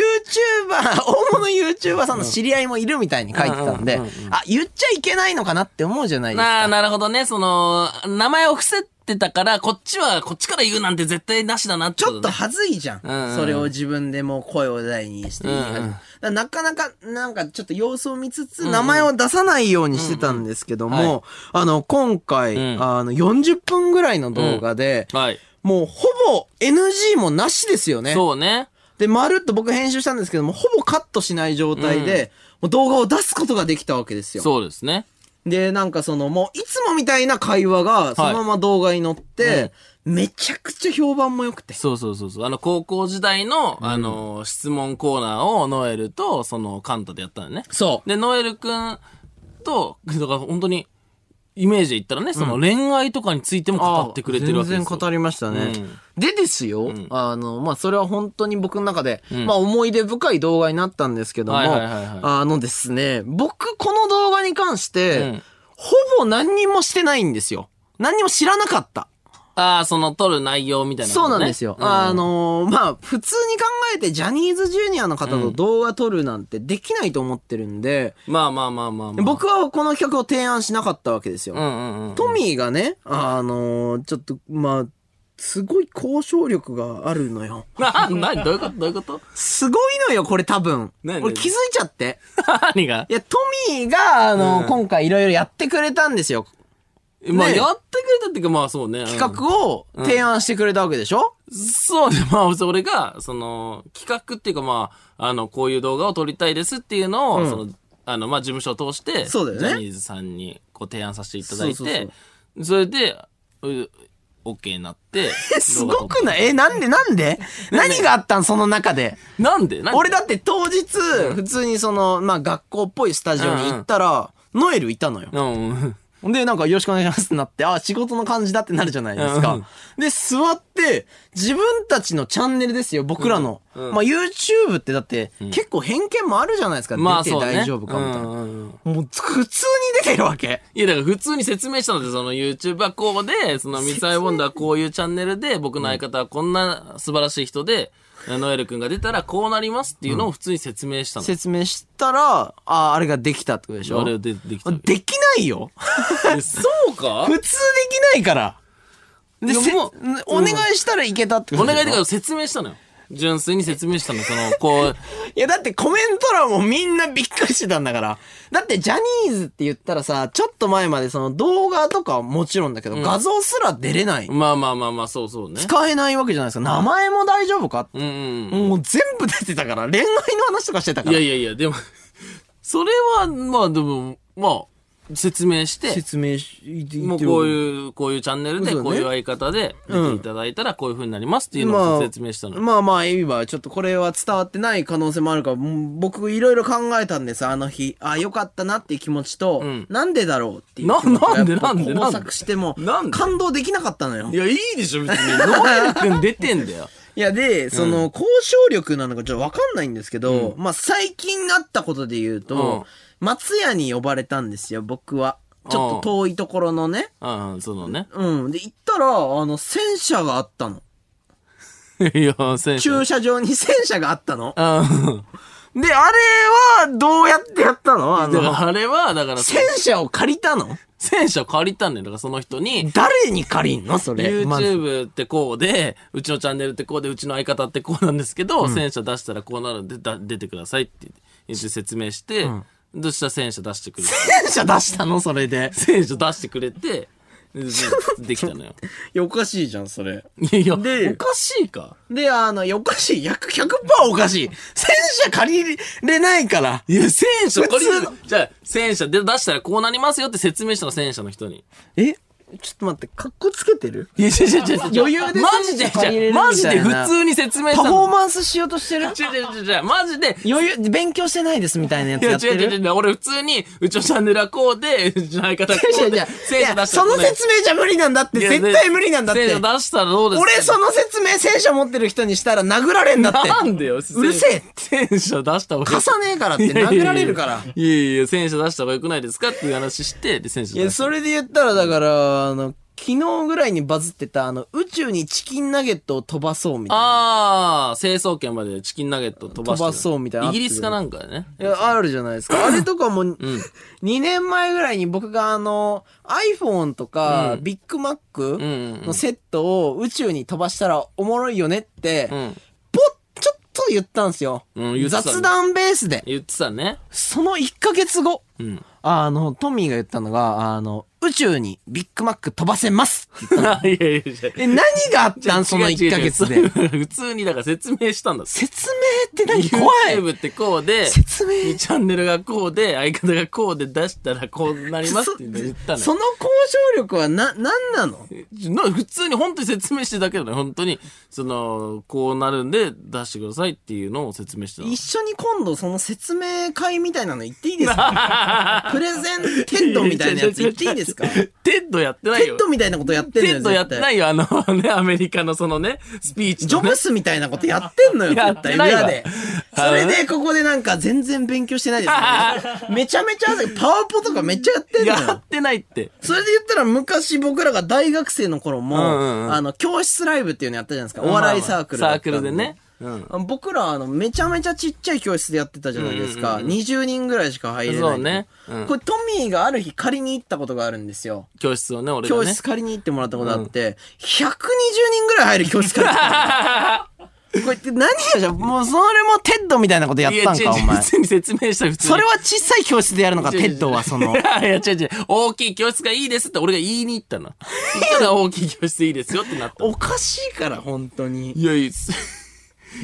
Speaker 2: 大物 YouTuber さんの知り合いもいるみたいに書いてたんで、
Speaker 1: うんうんう
Speaker 2: あ、言っちゃいけないのかなって思うじゃないです
Speaker 1: なあ、
Speaker 2: か。
Speaker 1: なるほどね。その、名前を伏せてたから、こっちは、こっちから言うなんて絶対なしだなって
Speaker 2: ち
Speaker 1: こ
Speaker 2: ょ
Speaker 1: と、
Speaker 2: っ
Speaker 1: ね。
Speaker 2: と恥ずいじゃん。
Speaker 1: うんうん
Speaker 2: それを自分でもう声を大にして言い始め
Speaker 1: うんうん
Speaker 2: だからなかなか、なんかちょっと様子を見つつ、名前を出さないようにしてたんですけども、
Speaker 1: うんうんはい
Speaker 2: あの、今回、
Speaker 1: うん
Speaker 2: あの、40分ぐらいの動画で、
Speaker 1: はい。
Speaker 2: もうほぼ NG もなしですよね。
Speaker 1: そうね。
Speaker 2: で、まるっと僕編集したんですけども、ほぼカットしない状態で、もう動画を出すことができたわけですよ。
Speaker 1: そうですね。
Speaker 2: で、なんかその、もういつもみたいな会話が、そのまま動画に載って、めちゃくちゃ評判も良くて。
Speaker 1: そうそうそうそう。あの、高校時代の、あの、質問コーナーをノエルと、その、カンタでやったのね。
Speaker 2: そう。
Speaker 1: で、ノエルくんと、だから本当に、イメージで言ったらね、その恋愛とかについても語ってくれてるわけですよ。
Speaker 2: 全然語りましたね。でですよ、
Speaker 1: ん
Speaker 2: あの、まあ、それは本当に僕の中で、
Speaker 1: ん
Speaker 2: まあ、思い出深い動画になったんですけども、
Speaker 1: はいはいはいはい
Speaker 2: あのですね、僕この動画に関して、
Speaker 1: うん
Speaker 2: ほぼ何にもしてないんですよ。何にも知らなかった。
Speaker 1: ああ、その撮る内容みたいなこと
Speaker 2: そ
Speaker 1: ね、
Speaker 2: うなんですよ。あのーまあ、普通に考えてジャニーズジュニアの方と動画撮るなんてできないと思ってるんで、
Speaker 1: まあまあまあまあまあ。
Speaker 2: 僕はこの企画を提案しなかったわけですよ。
Speaker 1: うんうん うん。
Speaker 2: トミーがね、あのーちょっと、まあ、すごい交渉力があるのよ。
Speaker 1: な、な、どういうことどういうこと
Speaker 2: すごいのよ、これ多分。
Speaker 1: ねえねえ
Speaker 2: 俺気づいちゃって。
Speaker 1: 何が
Speaker 2: いや、トミーが、あのー
Speaker 1: うん
Speaker 2: 今回いろいろやってくれたんですよ。
Speaker 1: まあ、
Speaker 2: ねえ
Speaker 1: やってくれたっていうか、まあそうね。
Speaker 2: 企画を提案してくれたわけでしょ、
Speaker 1: うんそうね。まあ、それが、その、企画っていうか、まあ、あの、こういう動画を撮りたいですっていうのを、
Speaker 2: うん
Speaker 1: その、あの、まあ、事務所を通して、
Speaker 2: そうだよね
Speaker 1: ジャニーズさんにご提案させていただいて、
Speaker 2: そ
Speaker 1: そう
Speaker 2: そう
Speaker 1: れで、う OK になって。
Speaker 2: え、 すごくないいえ、なんでなんで何があったんその中で。
Speaker 1: なんでなんで
Speaker 2: 俺だって当日、普通にその、まあ、学校っぽいスタジオに行ったら、ノエルいたのよ。
Speaker 1: うんうん。
Speaker 2: で、なんか、よろしくお願いしますってなって、あ、仕事の感じだってなるじゃないです
Speaker 1: うん
Speaker 2: か。で、座って、自分たちのチャンネルですよ、僕らの。
Speaker 1: うんうん
Speaker 2: まあ、YouTube ってだって、
Speaker 1: ん
Speaker 2: 結構偏見もあるじゃないですか。
Speaker 1: まあ
Speaker 2: 出
Speaker 1: そ
Speaker 2: て
Speaker 1: うね。
Speaker 2: 大丈夫かみた
Speaker 1: う
Speaker 2: いな。
Speaker 1: んうんうん
Speaker 2: もう、普通に出てるわけ。
Speaker 1: いや、だから普通に説明したので、その YouTube はこうで、そのミサイボンドはこういうチャンネルで、僕の相方はこんな素晴らしい人 で、ノエル君が出たらこうなりますっていうのを普通に説明したの。
Speaker 2: 説明したら、あ、あれができたってことでしょ
Speaker 1: あれでで きたわけ。
Speaker 2: できないよ。
Speaker 1: えそう か
Speaker 2: 普通できないから。で、
Speaker 1: いや
Speaker 2: せ
Speaker 1: もう
Speaker 2: お願いしたらいけたってこ
Speaker 1: お
Speaker 2: とでし
Speaker 1: 願
Speaker 2: ょ
Speaker 1: いだから説明したのよ。純粋に説明したの、その、こ う、
Speaker 2: いや、だってコメント欄もみんなびっくりしてたんだから。だってジャニーズって言ったらさ、ちょっと前までその動画とかはもちろんだけど、画像すら出れない。
Speaker 1: まあまあまあまあ、そうそうね。
Speaker 2: 使えないわけじゃないですか。名前も大丈夫か、
Speaker 1: うんうん
Speaker 2: もう全部出てたから、恋愛の話とかしてた
Speaker 1: う
Speaker 2: か
Speaker 1: ん。い
Speaker 2: ら。
Speaker 1: やいやいや、でも、それは、まあでも、まあ、説明して、
Speaker 2: 説明して
Speaker 1: もうこう
Speaker 2: う
Speaker 1: いう、こういうチャンネルで、
Speaker 2: そうだね
Speaker 1: こういう相方で見ていただいたら、こういう風になりますっていうのを説明したの。
Speaker 2: まあまあ、エビバー、ちょっとこれは伝わってない可能性もあるから、もう僕いろいろ考えたんです、あの日。あ、よかったなっていう気持ちと、
Speaker 1: ん
Speaker 2: なんでだろうっていう。
Speaker 1: ななんでなんでなんで
Speaker 2: 工作しても
Speaker 1: なん、で
Speaker 2: 感動できなかったのよ。
Speaker 1: いや、いいでしょ、別 に。ノエル君出てんだよ。
Speaker 2: いや、で、その、交渉力なのかちょっとわかんないんですけど、まあ、最近なったことで言うと、松屋に呼ばれたんですよ、僕は。ちょっと遠いところのね。
Speaker 1: うんうん、そのね。
Speaker 2: うん。で、行ったら、あの、戦車があったの。
Speaker 1: いや、選手。
Speaker 2: 駐車場に戦車があったの。
Speaker 1: うん。
Speaker 2: で、あれは、どうやってやったのあ
Speaker 1: だから
Speaker 2: の、
Speaker 1: あれは、だから、
Speaker 2: 戦車を借りたの
Speaker 1: 戦車借りたんだよ。だからその人に、
Speaker 2: 誰に借りんのそれ。まず
Speaker 1: YouTube ってこうで、うちのチャンネルってこうで、うちの相方ってこうなんですけど、戦車出したらこうなるんで、だ出てくださいって言って説明して、そしたら戦車出してくれて、
Speaker 2: 戦車出したのそれで。
Speaker 1: 戦車出してくれて、でできたのよ。
Speaker 2: いや、おかしいじゃん、それ。
Speaker 1: いやいや、
Speaker 2: で
Speaker 1: おかしいか。
Speaker 2: で、あの、いやおかしい。100、100%おかしい。戦車借りれないから。
Speaker 1: いや、戦車借り
Speaker 2: 普通
Speaker 1: る。じゃあ、戦車で出したらこうなりますよって説明したの、戦車の人に。
Speaker 2: えちょっと待って、かっこつけてる
Speaker 1: いや、違う違う違う。
Speaker 2: 余裕で
Speaker 1: マジで
Speaker 2: 戦車借りれ、るみたいな
Speaker 1: マジで普通に説明し
Speaker 2: パ
Speaker 1: た
Speaker 2: フ
Speaker 1: の
Speaker 2: ォー。マンスしようとしてる
Speaker 1: 違う違う違う違う、マジで、
Speaker 2: 余裕、勉強してないですみたいなやつ
Speaker 1: いや、
Speaker 2: やっ
Speaker 1: 違
Speaker 2: て
Speaker 1: う違う違
Speaker 2: る
Speaker 1: う。俺普通に、うちのチャンネルはこうで、うちの相方はこう
Speaker 2: い
Speaker 1: で
Speaker 2: や、
Speaker 1: 戦車出した
Speaker 2: そ
Speaker 1: らこ
Speaker 2: の
Speaker 1: うだよ
Speaker 2: 説明じゃ無理なんだって。
Speaker 1: いや
Speaker 2: 絶対無理なんだって。
Speaker 1: 戦車出したらどうですか
Speaker 2: 俺その説明戦車持ってる人にしたら殴られんだって。
Speaker 1: なんでよ、う
Speaker 2: うるせえ
Speaker 1: 戦車出した方が
Speaker 2: 貸さね えからって殴られるから。
Speaker 1: いやいやいや、戦車出した方が良くないですかっていう話して、で、戦車
Speaker 2: い
Speaker 1: 出
Speaker 2: や、
Speaker 1: した。
Speaker 2: それで言ったら、だから、あの、昨日ぐらいにバズってた、あの、宇宙にチキンナゲットを飛ばそうみたいな。
Speaker 1: あー、清掃圏までチキンナゲット飛ばしてる
Speaker 2: 飛ばそうみたいな
Speaker 1: イギリスかなんかでね。
Speaker 2: いや、あるじゃないです か。あれとかも、2年前ぐらいに僕があの、iPhone とか、
Speaker 1: うん
Speaker 2: ビッグマッ
Speaker 1: うん
Speaker 2: ク
Speaker 1: うん
Speaker 2: のセットを宇宙に飛ばしたらおもろいよねって、
Speaker 1: う
Speaker 2: ぽっ、
Speaker 1: ん。
Speaker 2: ちょっと言ったんですよ。
Speaker 1: うん言ってたね
Speaker 2: 雑談ベースで。
Speaker 1: 言ってたね。
Speaker 2: その1ヶ月後、
Speaker 1: うん。
Speaker 2: あの、トミーが言ったのが、あの、宇宙にビッグマック飛ばせますって言った
Speaker 1: い
Speaker 2: の
Speaker 1: やいやいや。
Speaker 2: え、何があったんその1ヶ 月
Speaker 1: 違う違
Speaker 2: で。
Speaker 1: う違う普通に、だから説明したんだって。
Speaker 2: 説明って何 怖い
Speaker 1: YouTube ってこうで、
Speaker 2: 説明
Speaker 1: チャンネルがこうで、相方がこうで出したらこうなりますって言ったの
Speaker 2: そ
Speaker 1: よ。
Speaker 2: の交渉力はな、何なの
Speaker 1: な普通に本当に説明してるだけだね。本当に、その、こうなるんで出してくださいっていうのを説明してたの
Speaker 2: 一。緒に今度その説明会みたいなの行っていいですか プレゼンテッドみたいなやつ行っていいですかテ
Speaker 1: テッドやってないよ。
Speaker 2: ッドみたいなことやってんの
Speaker 1: テ
Speaker 2: よ
Speaker 1: ッドやってないいよ。あのね、アメリカのそのね、スピーチ
Speaker 2: ジョ
Speaker 1: とね
Speaker 2: ブスみたいなことやってんのよ、
Speaker 1: や
Speaker 2: 絶
Speaker 1: って
Speaker 2: 対
Speaker 1: ないわ
Speaker 2: 裏で。それで、ここでなんか全然勉強してないですよ ね。めちゃめちゃ汗、パワポとかめっちゃやってんの
Speaker 1: や
Speaker 2: よ
Speaker 1: っ。てないって。
Speaker 2: それで言ったら昔僕らが大学生の頃も、
Speaker 1: うんうんうん
Speaker 2: あの、教室ライブっていうのやったじゃないですか。お笑いサークルだ
Speaker 1: サー
Speaker 2: ったんで
Speaker 1: クルでね。うん。
Speaker 2: 僕ら、あの、めちゃめちゃちっちゃい教室でやってたじゃないですか。20人ぐらいしか入れない。
Speaker 1: そうねうん
Speaker 2: これ、トミーがある日借りに行ったことがあるんですよ。
Speaker 1: 教室をね、俺
Speaker 2: 教
Speaker 1: がね
Speaker 2: 室。借りに行ってもらったことあって、120人ぐらい入る教室借りて たの。これって何がじゃ、もうそれもテッドみたいなことや っ
Speaker 1: いや、
Speaker 2: たん
Speaker 1: 違う
Speaker 2: か、
Speaker 1: 違
Speaker 2: お
Speaker 1: う、普
Speaker 2: 前。
Speaker 1: 通に説明した普通に
Speaker 2: それは小さい教室でやるのか、
Speaker 1: 違
Speaker 2: テ
Speaker 1: う違う
Speaker 2: ッドはそ の
Speaker 1: い。や、いや違う違う。大きい教室がいいですって俺が言いに行ったの。言ったら大きい教室いいですよってなったの。
Speaker 2: おかしいから、本当に。
Speaker 1: いやいや、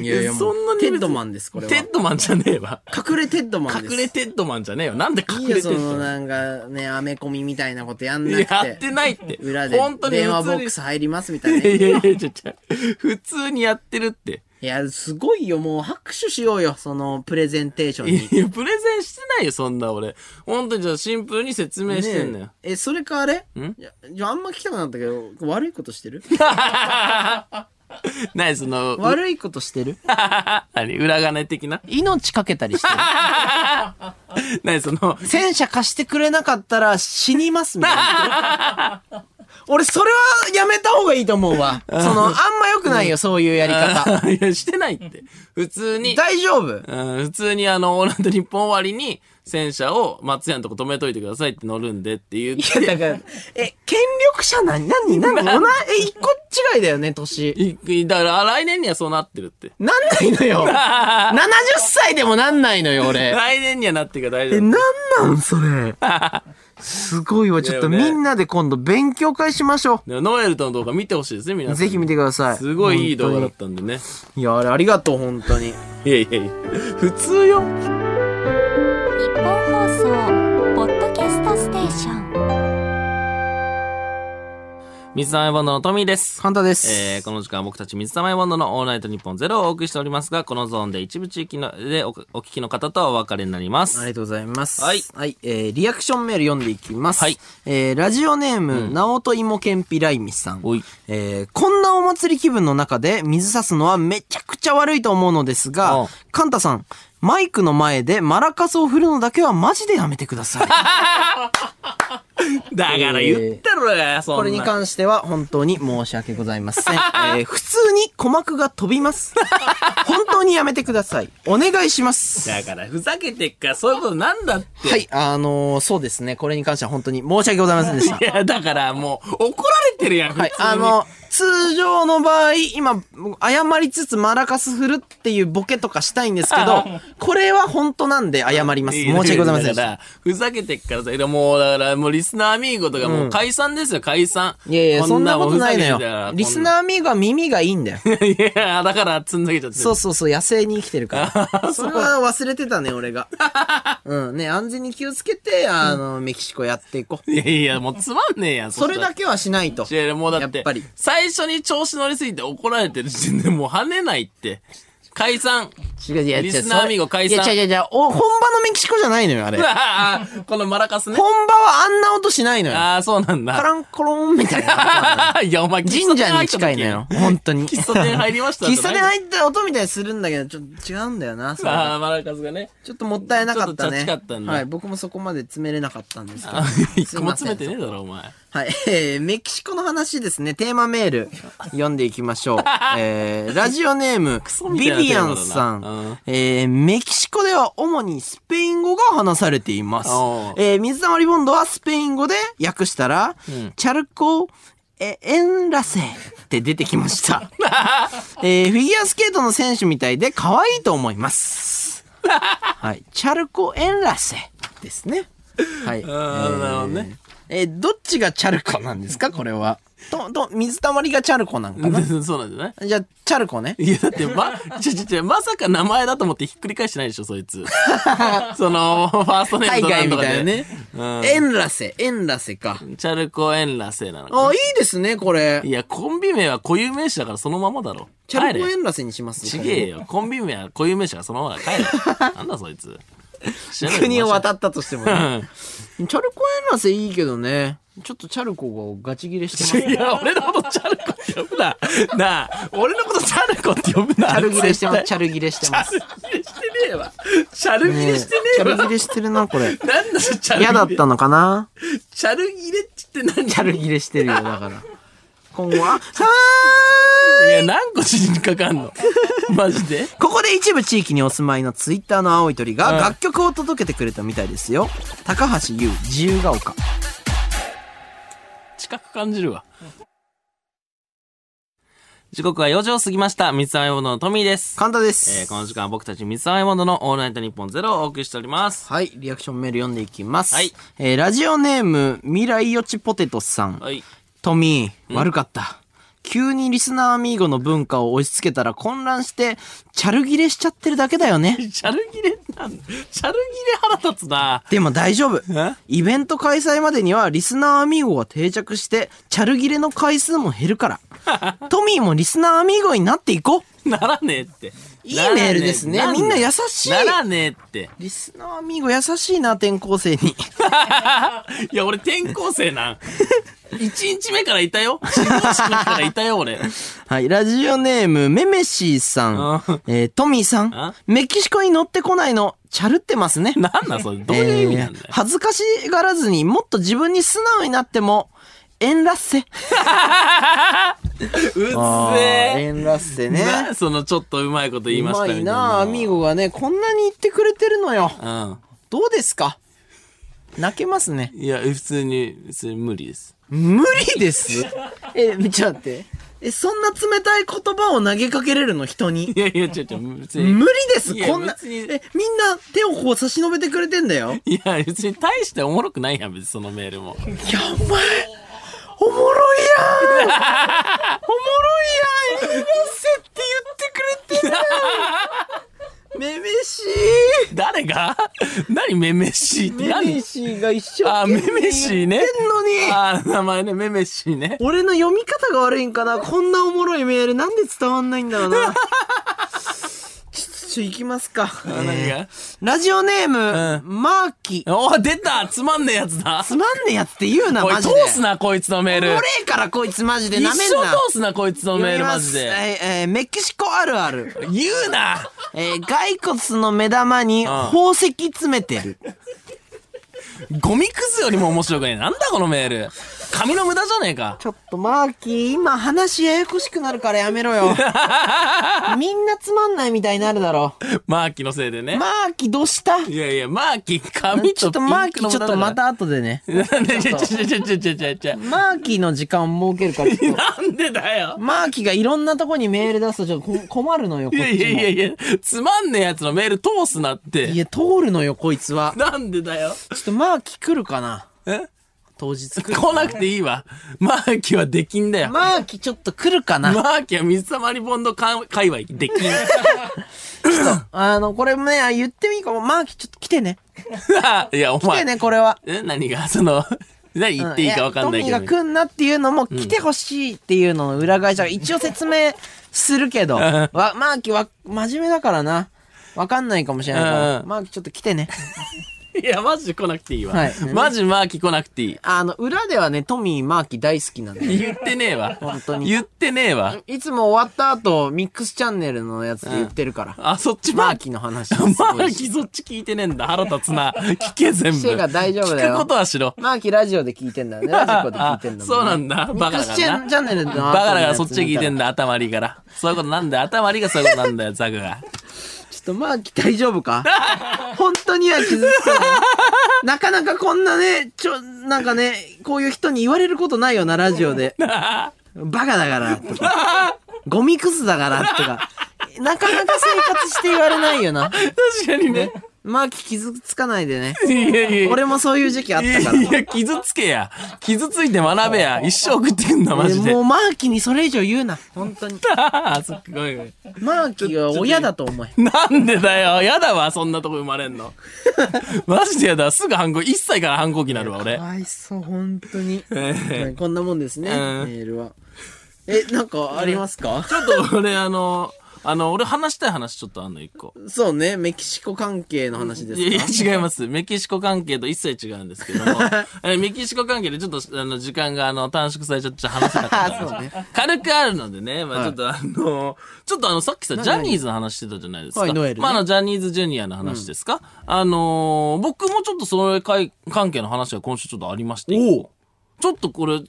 Speaker 2: い
Speaker 1: やいやもう
Speaker 2: テッドマンです、これは。
Speaker 1: テッドマンじゃねえわ。
Speaker 2: 隠れテッドマンです。
Speaker 1: 隠れテッドマンじゃねえよ。なんで
Speaker 2: い
Speaker 1: 隠
Speaker 2: い
Speaker 1: れ
Speaker 2: よ
Speaker 1: テ
Speaker 2: その
Speaker 1: ッドマン
Speaker 2: なんかね、アメコミみたいなことやんなくて。
Speaker 1: やってないって。
Speaker 2: 裏で
Speaker 1: 本当に
Speaker 2: 電話
Speaker 1: 普
Speaker 2: ボッ
Speaker 1: 通
Speaker 2: ク
Speaker 1: に
Speaker 2: ス入りますみたいな。
Speaker 1: いや
Speaker 2: い
Speaker 1: いやいや、違う違う普通にやってるって。
Speaker 2: や、すごいよ。もう拍手しようよ。そのプレゼンテーション
Speaker 1: い
Speaker 2: に。
Speaker 1: や、プレゼンしてないよ、そんな俺。本当にじゃあシンプルに説明してんのよ。
Speaker 2: ねえ、えそれかあれ
Speaker 1: ん
Speaker 2: いやいやあんま聞きたくなったけど、悪いことしてる
Speaker 1: 何その、う
Speaker 2: 悪いことしてる
Speaker 1: 何裏金的な
Speaker 2: 命かけたりしてる
Speaker 1: 何その、
Speaker 2: 戦車貸してくれなかったら死にますみたいな。 俺、それはやめた方がいいと思うわ。その、あんま良くないよ、そういうやり方。
Speaker 1: いや、してないって。普通に。
Speaker 2: 大丈夫
Speaker 1: うん、普通にあの、オーランド日本終わりに、戦車を松屋のとこ止めといてくださいって乗るんでって言っ
Speaker 2: いや、
Speaker 1: て。
Speaker 2: だから、え、権力者何何何おな、え、一個違違いだよね、年。
Speaker 1: いいだから、来年にはそうなってる って。
Speaker 2: なんない のよ。70歳でもなんないのよ、俺。
Speaker 1: 来年にはなってるから大
Speaker 2: え、
Speaker 1: 丈
Speaker 2: なんなんそれ。すごいわ。ちょっと
Speaker 1: だよね
Speaker 2: みんなで今度勉強会しましょ
Speaker 1: 夫。でもノエルとの動画見てほしいですね、皆
Speaker 2: う。
Speaker 1: さん。
Speaker 2: ぜひ見てください。
Speaker 1: すごいいい動画だ
Speaker 2: 本
Speaker 1: ったんでね。
Speaker 2: 当にいや、あれありがとう、本当に。
Speaker 1: いやいやいや、普通よ。
Speaker 3: 日本放送ポッドキャストステーション
Speaker 1: 水溜りボンドのトミー です。
Speaker 2: 簡単です。
Speaker 1: えー、この時間は僕たち水溜りボンドのオールナイトニッポンゼロをお送りしておりますが、このゾーンで一部地域のでおお聞きの方とはお別れになります。
Speaker 2: ありがとうございます。
Speaker 1: はい
Speaker 2: えー、リアクションメール読んでいきます。
Speaker 1: はい
Speaker 2: えー、ラジオネーム、なおといもけんぴらいみさん。
Speaker 1: おい
Speaker 2: えー、こんなお祭り気分の中で水差すのはめちゃくちゃ悪いと思うのです
Speaker 1: う
Speaker 2: が
Speaker 1: ん、
Speaker 2: カンタさん、マイクの前でマラカスを振るのだけはマジでやめてくだ さい。
Speaker 1: だから言ったろや、そんな。
Speaker 2: これに関しては本当に申し訳ござい ません。えー、普通に鼓膜が飛びます。本当にやめてください。お願いします。
Speaker 1: だから、ふざけてっから、そういうことなんだって。
Speaker 2: はい、あのー、そうですね。これに関しては本当に申し訳ございませんでした
Speaker 1: い。や、だからもう、怒られてるやん、普通に。
Speaker 2: はい、あの、通常の場合、今、謝りつつマラカス振るっていうボケとかしたいんですけど、これは本当なんで謝ります。
Speaker 1: い
Speaker 2: 申
Speaker 1: や、
Speaker 2: し訳ございません
Speaker 1: だ
Speaker 2: で
Speaker 1: か
Speaker 2: した。
Speaker 1: ら、ふざけてっからさ、いやもう、だから、もうリスナーアミーゴとかもう解散ですよ、解散。
Speaker 2: いやいや、そんなことないの
Speaker 1: こんもんふざけてたら
Speaker 2: よ。リスナーミーゴは耳がいいんだよ。
Speaker 1: こんいや、だから、つんざけちゃってる。
Speaker 2: そうそうそう、野生に生きてるから。それは忘れてたね、俺が。うん、ね、安全に気をつけて、あの、メキシコやっていこう。
Speaker 1: いやいや、もうつまんねえやん、
Speaker 2: それだ
Speaker 1: け。
Speaker 2: けはしないと。
Speaker 1: いやいやもうだっ
Speaker 2: や
Speaker 1: て
Speaker 2: っぱり、
Speaker 1: 最初に調子乗りすぎて怒られてる時点でもう跳ねないって。解散。
Speaker 2: 違う違う違う
Speaker 1: リスナーアミーゴ解散
Speaker 2: いや、違う違う違う、お本場のメキシコじゃないのよ、あれ。本
Speaker 1: このマラカスね
Speaker 2: 場。はあんな音しないのよ。
Speaker 1: ああ、そうなん
Speaker 2: カ
Speaker 1: だ。
Speaker 2: ランコロンみたい な。
Speaker 1: いや、お前、
Speaker 2: 神社に近いのよ。本当に。
Speaker 1: 喫茶店入りました
Speaker 2: 喫茶店入ったら音みたいにするんだけど、ちょっと違うんだよな。それ
Speaker 1: ああ、マラカスがね。
Speaker 2: ちょっともったいなかっ
Speaker 1: ちょっ
Speaker 2: たね。
Speaker 1: とチャチかったんだ
Speaker 2: はい、僕もそこまで詰めれなかったんですけど
Speaker 1: あ。一 個も詰
Speaker 2: すいませ
Speaker 1: め
Speaker 2: ん
Speaker 1: てねえだろ、お前。
Speaker 2: はい、 えー、メキシコの話ですね。テーマメール、読んでいきまし ょう。えー、ラジオネーム
Speaker 1: ソ、みたい
Speaker 2: ビ
Speaker 1: なテ
Speaker 2: ビ
Speaker 1: ー
Speaker 2: ア
Speaker 1: マだな
Speaker 2: ンさん。
Speaker 1: うん
Speaker 2: えー、メキシコでは主にスペイン語が話されています
Speaker 1: おう。
Speaker 2: えー、水溜りボンドはスペイン語で訳したら、チャルコ、え、エンラセって出てきま した。えー、フィギュアスケートの選手みたいで可愛いと思 います。はい、チャルコエンラセですね。はい。
Speaker 1: あーなるほどね
Speaker 2: えーどっちがチャルコなんですかこれは。と、と、水たまりがチャルコなんかな。
Speaker 1: そうなんじゃない
Speaker 2: じゃあ、チャルコね。
Speaker 1: いや、だって、ま、ちょちょちょ、まさか名前だと思ってひっくり返してないでしょ、そい つ。その、ファーストネー
Speaker 2: 海
Speaker 1: ムとな
Speaker 2: 外
Speaker 1: ん
Speaker 2: み
Speaker 1: とか
Speaker 2: たい
Speaker 1: で
Speaker 2: なね。。エンラセ、エンラセか。
Speaker 1: チャルコエンラセなのか。
Speaker 2: あ、いいですね、これ
Speaker 1: い。や、コンビ名は固有名詞だからそのままだろ。
Speaker 2: チャル
Speaker 1: 帰
Speaker 2: コ
Speaker 1: れ
Speaker 2: エンラセにします
Speaker 1: ちげえよ。コンビ名は固有名詞だからそのままだ。帰れ。なんだそいつ。知らない
Speaker 2: 国を
Speaker 1: っ
Speaker 2: 渡ったとしてもね、
Speaker 1: た。
Speaker 2: チャルコエンラセいいけどね。ちょっとチャルコがガチギレしてます
Speaker 1: いや、俺のことチャルコって呼ぶな。なあ、俺のことチャルコって呼ぶな。
Speaker 2: チャルギレしてます。
Speaker 1: 絶
Speaker 2: チャルギレして
Speaker 1: 対
Speaker 2: ま
Speaker 1: チ
Speaker 2: す。
Speaker 1: ャルギレしてねえわ。チャルギレしてねえ
Speaker 2: チャルギ
Speaker 1: わ。
Speaker 2: レしてるな、 これ。
Speaker 1: なんだそれチャルギレ。
Speaker 2: 嫌だったのかな
Speaker 1: チャルギレって何
Speaker 2: チャルギレしてるよ、だから。今後は、はー
Speaker 1: いや、何個死にかかんの マジで
Speaker 2: ここで一部地域にお住まいのツイッターの青い鳥が楽曲を届けてくれたみたいですよ。高橋優、自由が丘。
Speaker 1: 近く感じるわ。時刻は4時を過ぎました。三つ編みボンドのトミーです。
Speaker 2: 神田で
Speaker 1: えー
Speaker 2: す。
Speaker 1: この時間は僕たち三つ編みボンドのオールナイトニッポンゼロをお送りしております。
Speaker 2: はい、リアクションメール読んでいきます。
Speaker 1: はい
Speaker 2: えーラジオネーム、未来よちポテトさん。
Speaker 1: はい。
Speaker 2: トミー、悪かった。急にリスナーアミーゴの文化を押し付けたら混乱して、チャルギレしちゃってるだけだ よね。
Speaker 1: チャルギレなんチャルギレ腹立つな。
Speaker 2: でも大丈夫
Speaker 1: え。
Speaker 2: イベント開催までにはリスナーアミーゴが定着して、チャルギレの回数も減 るから。トミーもリスナーアミーゴになっていこう。
Speaker 1: ならねえって。
Speaker 2: いいメールですね
Speaker 1: ならえ
Speaker 2: みんな優しい
Speaker 1: ならねえって。
Speaker 2: リスナーアミーゴ優しいな、転 校生に。
Speaker 1: いや、俺転校生なん。一日目からいたよ。始業式からいたよ、俺。
Speaker 2: はい、ラジオネーム、メメシーさん
Speaker 1: うん。
Speaker 2: えー、トミーさ
Speaker 1: あ
Speaker 2: ん。メキシコに乗ってこないの、チャルってますね。
Speaker 1: なんなんそれ。どういう意味なんだよ
Speaker 2: えー。恥ずかしがらずにもっと自分に素直になっても、エンラッセ。
Speaker 1: うっせ え。
Speaker 2: エンラッセね。
Speaker 1: なそのちょっとうまいこと言いうました
Speaker 2: ま
Speaker 1: みた
Speaker 2: い
Speaker 1: な
Speaker 2: なアミーゴがね、こんなに言ってくれてるのよ。どうですか泣けますね
Speaker 1: う。んいや普通に普通に無理です
Speaker 2: 無理です。え、ちょっと待って。え、そんな冷たい言葉を投げかけれるの人に
Speaker 1: い。やいや、ちょ、ちょ、別に。
Speaker 2: 無理です
Speaker 1: いや
Speaker 2: こんな、
Speaker 1: 別に
Speaker 2: え、みんな手をこう差し伸べてくれてんだよ。
Speaker 1: いや、別に大しておもろくないやん、別にそのメールも。
Speaker 2: いや、お前、お もろいやんおもろいやん言い出せって言ってく れてんだよめめし
Speaker 1: 誰が何めめしいっ
Speaker 2: い
Speaker 1: て
Speaker 2: めめ
Speaker 1: 何
Speaker 2: しいが一生
Speaker 1: あ、
Speaker 2: 懸
Speaker 1: め
Speaker 2: 命
Speaker 1: めしいね
Speaker 2: 言ってんのに。
Speaker 1: あ、名前ね、めめしいね。
Speaker 2: 俺の読み方が悪いんかなこんなおもろいメールなんで伝わんないん だろうなちょっとちょ行きますか、
Speaker 1: 何
Speaker 2: えー
Speaker 1: が
Speaker 2: ラジオネーム、
Speaker 1: う
Speaker 2: マーキ
Speaker 1: お、出たつまんねえやつだ
Speaker 2: つまんねえやつって言うな
Speaker 1: おい、
Speaker 2: マジ
Speaker 1: 通
Speaker 2: です
Speaker 1: な、こいつのメー
Speaker 2: お
Speaker 1: ル
Speaker 2: も。れえからこいつマジで
Speaker 1: 一
Speaker 2: なめん
Speaker 1: 生
Speaker 2: な
Speaker 1: 通すな、こいつのメール、マジで。
Speaker 2: えーえーメキシコあるある。
Speaker 1: 言うな
Speaker 2: えー骸骨の目玉に宝石詰めてる。
Speaker 1: ゴミくずよりも面白くない。なんだこのメール。紙の無駄じゃねえか。
Speaker 2: ちょっとマーキー、今話ややこしくなるからやめ ろよ。みんなつまんないみたいになるだろ。
Speaker 1: マーキーのせいでね。
Speaker 2: マーキーどうした
Speaker 1: いやいや、マーキー、紙
Speaker 2: ちょ
Speaker 1: と
Speaker 2: っ
Speaker 1: ピ
Speaker 2: とマー
Speaker 1: ン
Speaker 2: キ
Speaker 1: クの
Speaker 2: ーち
Speaker 1: 無駄
Speaker 2: ょ
Speaker 1: だ
Speaker 2: っ
Speaker 1: か
Speaker 2: と
Speaker 1: ら
Speaker 2: また後でね。
Speaker 1: なんで、ちょちょちょちょちょちょちょ。
Speaker 2: マーキーの時間を設けるからちょっと。
Speaker 1: なんでだよ。
Speaker 2: マーキーがいろんなとこにメール出すとちょっとこ困るのよ、こ
Speaker 1: い
Speaker 2: っち
Speaker 1: や
Speaker 2: も。
Speaker 1: いやいやいや、つまんねえやつのメール通すなっ
Speaker 2: い
Speaker 1: て。
Speaker 2: や通るのよ、こいつは。
Speaker 1: なんでだよ。
Speaker 2: ちょっとマーキー来るかな
Speaker 1: え
Speaker 2: 当日来るか
Speaker 1: 来なくていいわ。マーキーはできんだよ。
Speaker 2: マーキーちょっと来るかな
Speaker 1: マーキーは水溜りボンドか界隈できん。
Speaker 2: あの、これもね、あ言ってもいいかも。マーキーちょっと来てね。
Speaker 1: いや、お
Speaker 2: 来て
Speaker 1: 前。
Speaker 2: ね、これは。
Speaker 1: え何が、 その、何言っていいかわかんないけ
Speaker 2: や
Speaker 1: ど
Speaker 2: トミー。が来んなっていうのも、来てほしいっていうのの裏返しだから、一応説明するけど、わ、マーキーは、真面目だからな。わかんないかもしれないから
Speaker 1: う。ん
Speaker 2: マーキーちょっと来てね。
Speaker 1: いや、マジで来なくていいわ。
Speaker 2: はい
Speaker 1: マジマーキー来なくていい。
Speaker 2: あの、裏ではね、トミー、マーキー大好きなん で。
Speaker 1: 言ってねえわ。
Speaker 2: 本当に
Speaker 1: 言ってねえわ。
Speaker 2: いつも終わった後、ミックスチャンネルのやつで言って るから。
Speaker 1: あ、そっち
Speaker 2: マ
Speaker 1: マ
Speaker 2: ー
Speaker 1: ー
Speaker 2: キ
Speaker 1: キ
Speaker 2: ー
Speaker 1: ー。
Speaker 2: の話。
Speaker 1: マーキーそっち聞いてねえんだ。腹立つな。聞け全部。
Speaker 2: シェが大丈夫だよ
Speaker 1: 聞くことはしろ。
Speaker 2: マーキーラジオで聞いてんだよね。ラジコで聞いてんだもんね。
Speaker 1: そうなんだ。バカ
Speaker 2: ミ
Speaker 1: だ
Speaker 2: ック
Speaker 1: か
Speaker 2: スチ
Speaker 1: ら
Speaker 2: ャ
Speaker 1: な
Speaker 2: ン。チャンネルの後の
Speaker 1: バ
Speaker 2: やつ
Speaker 1: カだからそっち聞いてん
Speaker 2: 見た
Speaker 1: だ、
Speaker 2: ら
Speaker 1: 頭悪いから。そういうことなんだよ、頭悪いがそういうことなんだよ、ザグが。
Speaker 2: ちょっとマーキー大丈 夫か本当には傷つかない。なかなかこんなね、ちょ、なんかね、こういう人に言われることないよな、ラジオで。バカだから、とか。ゴミクズだから、とか。なかなか生活して言われないよな。
Speaker 1: 確かにね。
Speaker 2: マーキー傷つかないでね。
Speaker 1: いやいや。
Speaker 2: 俺もそういう時期あっ
Speaker 1: いや
Speaker 2: たか
Speaker 1: いや、傷つけや。傷ついて学べや。一生送ってくんだ、
Speaker 2: ら。
Speaker 1: マジで。
Speaker 2: もうマーキーにそれ以上言うな。本当に。
Speaker 1: あーそっかごめんごめん
Speaker 2: マーキーは親だと思え。
Speaker 1: なんでだよ。やだわ、そんなとこ生まれん の。マジでやだ。すぐ反抗、1歳から反抗期になるわ、俺
Speaker 2: か。わいそう、本当に。
Speaker 1: え
Speaker 2: こんなもんですね、メ
Speaker 1: うん
Speaker 2: ールは。え、なんかありますか
Speaker 1: ちょっと俺、あの、あの、俺話したい話ちょっとあんの、一個。
Speaker 2: そうね、メキシコ関係の話で
Speaker 1: い
Speaker 2: すか。
Speaker 1: や、違います。メキシコ関係と一切違うんですけど も、えメキシコ関係でちょっと、あの、時間が、あの、短縮されちゃって、ちょっと話せなかった。
Speaker 2: そうね。
Speaker 1: 軽くあるのでね、まあ
Speaker 2: は
Speaker 1: ちょ
Speaker 2: い
Speaker 1: っとあの、ちょっとあの、さっきさ、ジャニーズの話してたじゃないですか。
Speaker 2: はいノエルね
Speaker 1: まああの、ジャニーズジュニアの話ですか、あのー僕もちょっとそれかい関係の話が今週ちょっとありまして。ちょっとこれ、あ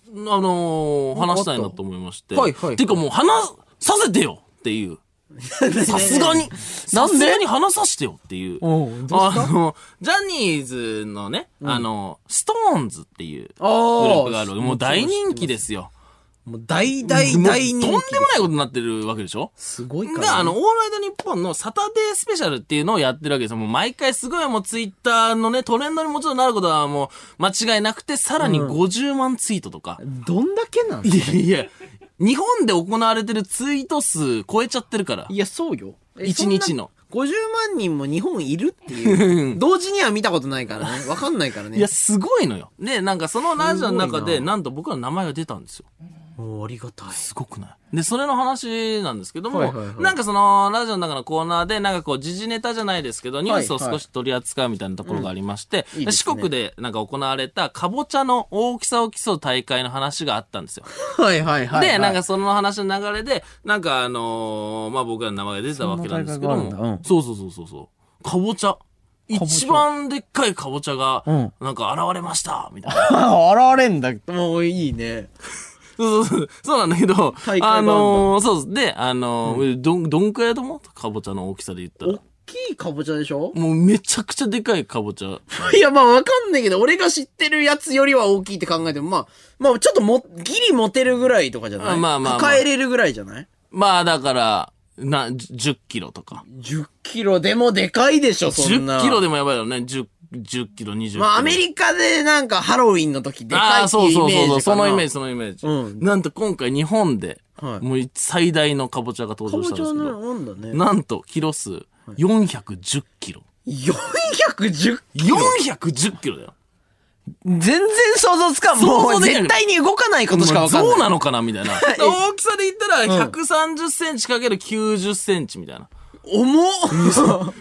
Speaker 1: のー話したいなと思いまして。
Speaker 2: はいはい
Speaker 1: てかもう話させてよっていう。 さすがに、さすがに話させてよっていう。
Speaker 2: おうどうした
Speaker 1: あの、ジャニーズのね、あの、ストーンズっていうグル
Speaker 2: あー
Speaker 1: ープがある。もう大人気ですよ。
Speaker 2: もう大大
Speaker 1: もう
Speaker 2: 大人気。
Speaker 1: とんでもないことになってるわけでしょ
Speaker 2: すごいから、
Speaker 1: が、あの、オールナイトニッポンのサタデースペシャルっていうのをやってるわけですよ。もう毎回すごいもうツイッターのね、トレンドにもちろんなることはもう間違いなくて、さらに50万ツイートとか。
Speaker 2: どんだけなん
Speaker 1: いやいや、日本で行われてるツイート数超えちゃってるから。
Speaker 2: いや、そうよ。え
Speaker 1: 一日。の。
Speaker 2: そんな50万人も日本いるっていう。同時には見たことないからね。わかんないからね。
Speaker 1: いや、すごいのよ。で、なんかそのラジオの中
Speaker 2: すごい
Speaker 1: で、
Speaker 2: な
Speaker 1: なんと僕らの名前が出たんですよ。
Speaker 2: もうありがたい。
Speaker 1: すごくないで、それの話なんですけども、
Speaker 2: はいはいはい
Speaker 1: なんかその、ラジオの中のコーナーで、なんかこう、時事ネタじゃないですけど、ニュースを
Speaker 2: はいは
Speaker 1: 少
Speaker 2: い
Speaker 1: し取り扱うみたいなところがありまして、
Speaker 2: うんいいですね
Speaker 1: 四国でなんか行われた、カボチャの大きさを競う大会の話があったんですよ。
Speaker 2: はいはいはい、
Speaker 1: で、なんか、その話の流れで、なんかあのーまあ、僕らの名前が出てたわけなんですけど
Speaker 2: そんな大会があるん
Speaker 1: も
Speaker 2: だ、
Speaker 1: そうそうそうそうそう、カボチャ。一番でっかいカボチャが
Speaker 2: うん、
Speaker 1: なんか現れました、みたいな。
Speaker 2: あ、現れんだ。もういいね。
Speaker 1: そうそうそう。そうなんだけど、
Speaker 2: 大会版だ
Speaker 1: あのーそうです。で、あのーどん、どんくらいだと思うかぼちゃの大きさで言ったら。
Speaker 2: 大きいかぼちゃでしょ
Speaker 1: もうめちゃくちゃでかいかぼちゃ。
Speaker 2: いや、まあわかんないけど、俺が知ってるやつよりは大きいって考えても、まあ、まあちょっとも、ギリ持てるぐらいとかじゃない
Speaker 1: あまあまあまあ
Speaker 2: 抱えれるぐらいじゃない
Speaker 1: まあだから、な、じゅ10キロとか。
Speaker 2: 10キロでもでかいでしょ、そんな。
Speaker 1: 10キロで
Speaker 2: も。
Speaker 1: もやばいよね。10、10キロ、20キロ。
Speaker 2: まあ、アメリカでなんかハロウィンの時で
Speaker 1: あ
Speaker 2: かい
Speaker 1: あー、
Speaker 2: って
Speaker 1: そう
Speaker 2: いうイメ
Speaker 1: そ
Speaker 2: ー
Speaker 1: う
Speaker 2: ジ
Speaker 1: そうそう、そのイメー
Speaker 2: ジ。
Speaker 1: ジ、そのイメージ。
Speaker 2: うん
Speaker 1: なんと今回日本で、
Speaker 2: はい
Speaker 1: もう最大のカボチャが登
Speaker 2: か
Speaker 1: 場し
Speaker 2: ぼ
Speaker 1: たん
Speaker 2: ち
Speaker 1: ですけ
Speaker 2: ゃ
Speaker 1: ど、
Speaker 2: のなんだね。
Speaker 1: なんとキロ数410キロ。
Speaker 2: 410キロ
Speaker 1: 410キロだよ。
Speaker 4: 全然想像つかん。
Speaker 1: 想
Speaker 4: も
Speaker 1: 像
Speaker 4: う
Speaker 1: できない
Speaker 4: 絶対に動かないことしかわかんない。
Speaker 1: そうなのかな みたいな。大きさで言ったら130センチかける90センチみたいな。
Speaker 2: 重っ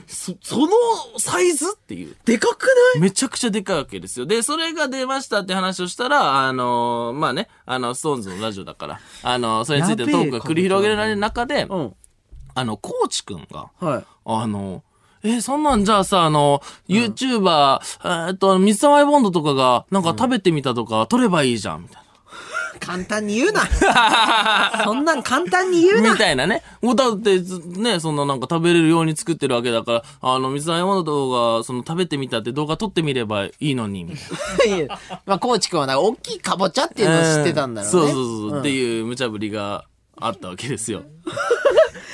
Speaker 1: そ、そのサイズっていう。
Speaker 2: でかくない
Speaker 1: めちゃくちゃでかいわけですよ。で、それが出ましたって話をしたら、あのーまあね、あの、ストーンズのラジオだから、あのそれについてのトークが繰り広げられる中で、
Speaker 2: うん。
Speaker 1: あの、コーチくんが、
Speaker 2: はい。
Speaker 1: あの、え、そんなんじゃあさ、あの、YouTuber、えーっと、水溜りボンドとかが、なんか食べてみたとか、撮ればいいじゃん、みたい
Speaker 2: 簡単に 言うな。そんなん簡単に言う
Speaker 1: な。
Speaker 2: な
Speaker 1: み。たいなね。もうだって、ずね、そんななんか食べれるように作ってるわけだから、あの、水溜りボンドとか、その食べてみたって動画撮ってみればいいのに、みたいな。
Speaker 2: いやまあ、コーチ君はなんか大きいかぼちゃっていうのを知ってたんだろ
Speaker 1: そう
Speaker 2: うね。
Speaker 1: そうそう、っていう無茶ぶりがあったわけですよ。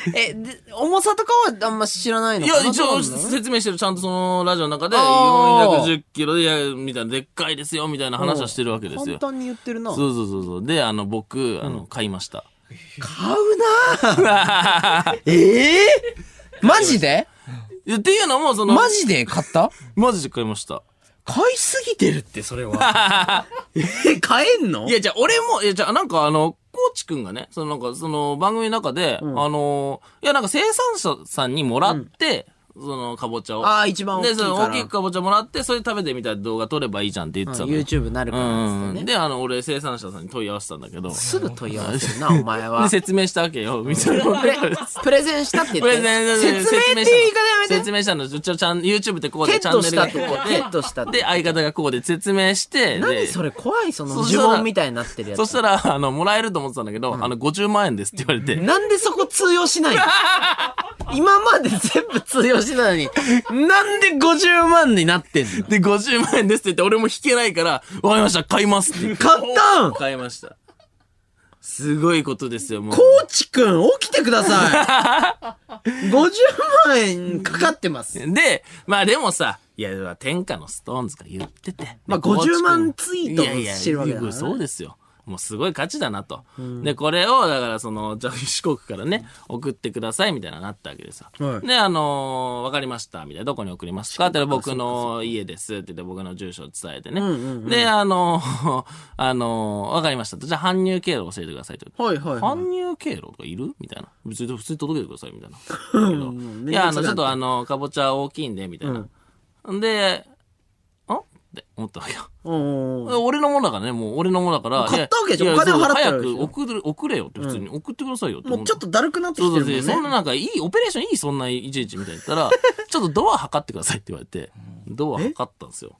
Speaker 2: え、で重さとかはあんま知らないの
Speaker 1: い
Speaker 2: かな
Speaker 1: や、一応
Speaker 2: そうなの
Speaker 1: 説明してる。ちゃんとそのラジオの中で、
Speaker 2: あー
Speaker 1: 410キロで、いやみたいな、でっかいですよ、みたいな話はしてるわけです
Speaker 2: 簡
Speaker 1: よ。
Speaker 2: 単に言ってるな。買
Speaker 1: そうそうそうそう。で、あの、僕、あの、買いました。
Speaker 2: う なええマジで
Speaker 1: えっていうのも、その、
Speaker 2: マジで買った
Speaker 1: マジで買いました。
Speaker 2: 買いすぎてるって、それは。 え、買えんの
Speaker 1: いや、じゃあ俺も、いや、じゃあなんかあの、コーチくんがね、そのなんか、その番組の中で、あの、いや、なんか生産者さんにもらって、その、かぼちゃを。
Speaker 2: ああ、一番大き
Speaker 1: で、
Speaker 2: いか
Speaker 1: その、
Speaker 2: ら。
Speaker 1: 大きくかぼちゃもらって、それ食べてみたいな動画撮ればいいじゃんって言ってたのよ。
Speaker 2: YouTube なるか
Speaker 1: う
Speaker 2: ら
Speaker 1: ん
Speaker 2: っつ
Speaker 1: うん
Speaker 2: って
Speaker 1: う
Speaker 2: ね
Speaker 1: ん。で、あの、俺、生産者さんに問い合わせたんだけど。
Speaker 2: すぐ問い合わせるな、お前
Speaker 1: で、
Speaker 2: は。
Speaker 1: 説明したわけよ。みたいな。
Speaker 2: プレプレゼンしたって言って。説明っていう言い方やめて。
Speaker 1: 説明したの。ちょ、ちゃん、YouTube ってここでチャン
Speaker 2: ヘッド
Speaker 1: ネ
Speaker 2: し
Speaker 1: ル
Speaker 2: た
Speaker 1: が
Speaker 2: って
Speaker 1: こ
Speaker 2: こと。ヘッドしたって
Speaker 1: う
Speaker 2: こ
Speaker 1: で、で、
Speaker 2: と。
Speaker 1: 相方がこうで説明して、で
Speaker 2: 何、それ怖い、その
Speaker 1: そした
Speaker 2: 呪
Speaker 1: ら
Speaker 2: 文みたいになってるや
Speaker 1: そし。
Speaker 2: つ
Speaker 1: たら、あの、もらえると思ってたんだけど、あの、50万円ですって言われて。
Speaker 2: なんでそこ通用し ないの今まで全部通用してたのに、なんで50万になってんの
Speaker 1: で、50万円ですって言って、俺も引けないから、わかりました、買いますって言って。
Speaker 2: 買ったんコ
Speaker 1: 買いました。すごいことですよ、もう。
Speaker 2: ーチくん、起きてください !50 万円かかってます。
Speaker 1: で、まあでもさ、いや、天下のストーンズが言ってて。
Speaker 2: まあ
Speaker 1: でコーチ君
Speaker 2: 50万ツイートをしてるわけだからね
Speaker 1: いやいやそうですよ。もうすごい価値だなと。で、これを、だからその、じゃあ四国からね、送ってくださいみたいなのなったわけですよ。
Speaker 2: はい
Speaker 1: で、あのーわかりました、みたいな。どこに送りますかって言ったら僕の家ですって言って僕の住所を伝えてね。で、あのー あのーわかりましたと。じゃあ搬入経路を教えてくださいと。
Speaker 2: はいはいはい
Speaker 1: 搬入経路とかいるみたいな。別に普通に届けてくださいみたいな。だけど
Speaker 2: ん
Speaker 1: いや、あ
Speaker 2: 面
Speaker 1: の、ち
Speaker 2: 倒くさくなって
Speaker 1: ょっとあの、かぼちゃ大きいんで、みたいな。ん、で、んって思ったわけよ。
Speaker 2: おー
Speaker 1: 俺のものだからね、もう俺のものだから。
Speaker 2: 買ったわけでしょ
Speaker 1: いや
Speaker 2: お金を
Speaker 1: いや
Speaker 2: 払ったわ
Speaker 1: 早
Speaker 2: けでしょ
Speaker 1: く送る、送れよって普通に送ってくださいよって思
Speaker 2: もうちょっとだるくなって
Speaker 1: そう
Speaker 2: きて
Speaker 1: そう
Speaker 2: るもん
Speaker 1: そう、
Speaker 2: ね。
Speaker 1: そんななんかいい、オペレーションいい、そんないちいちみたいに言っ たら、ちょっとドア測ってくださいって言われて、ドア測ったんですよ。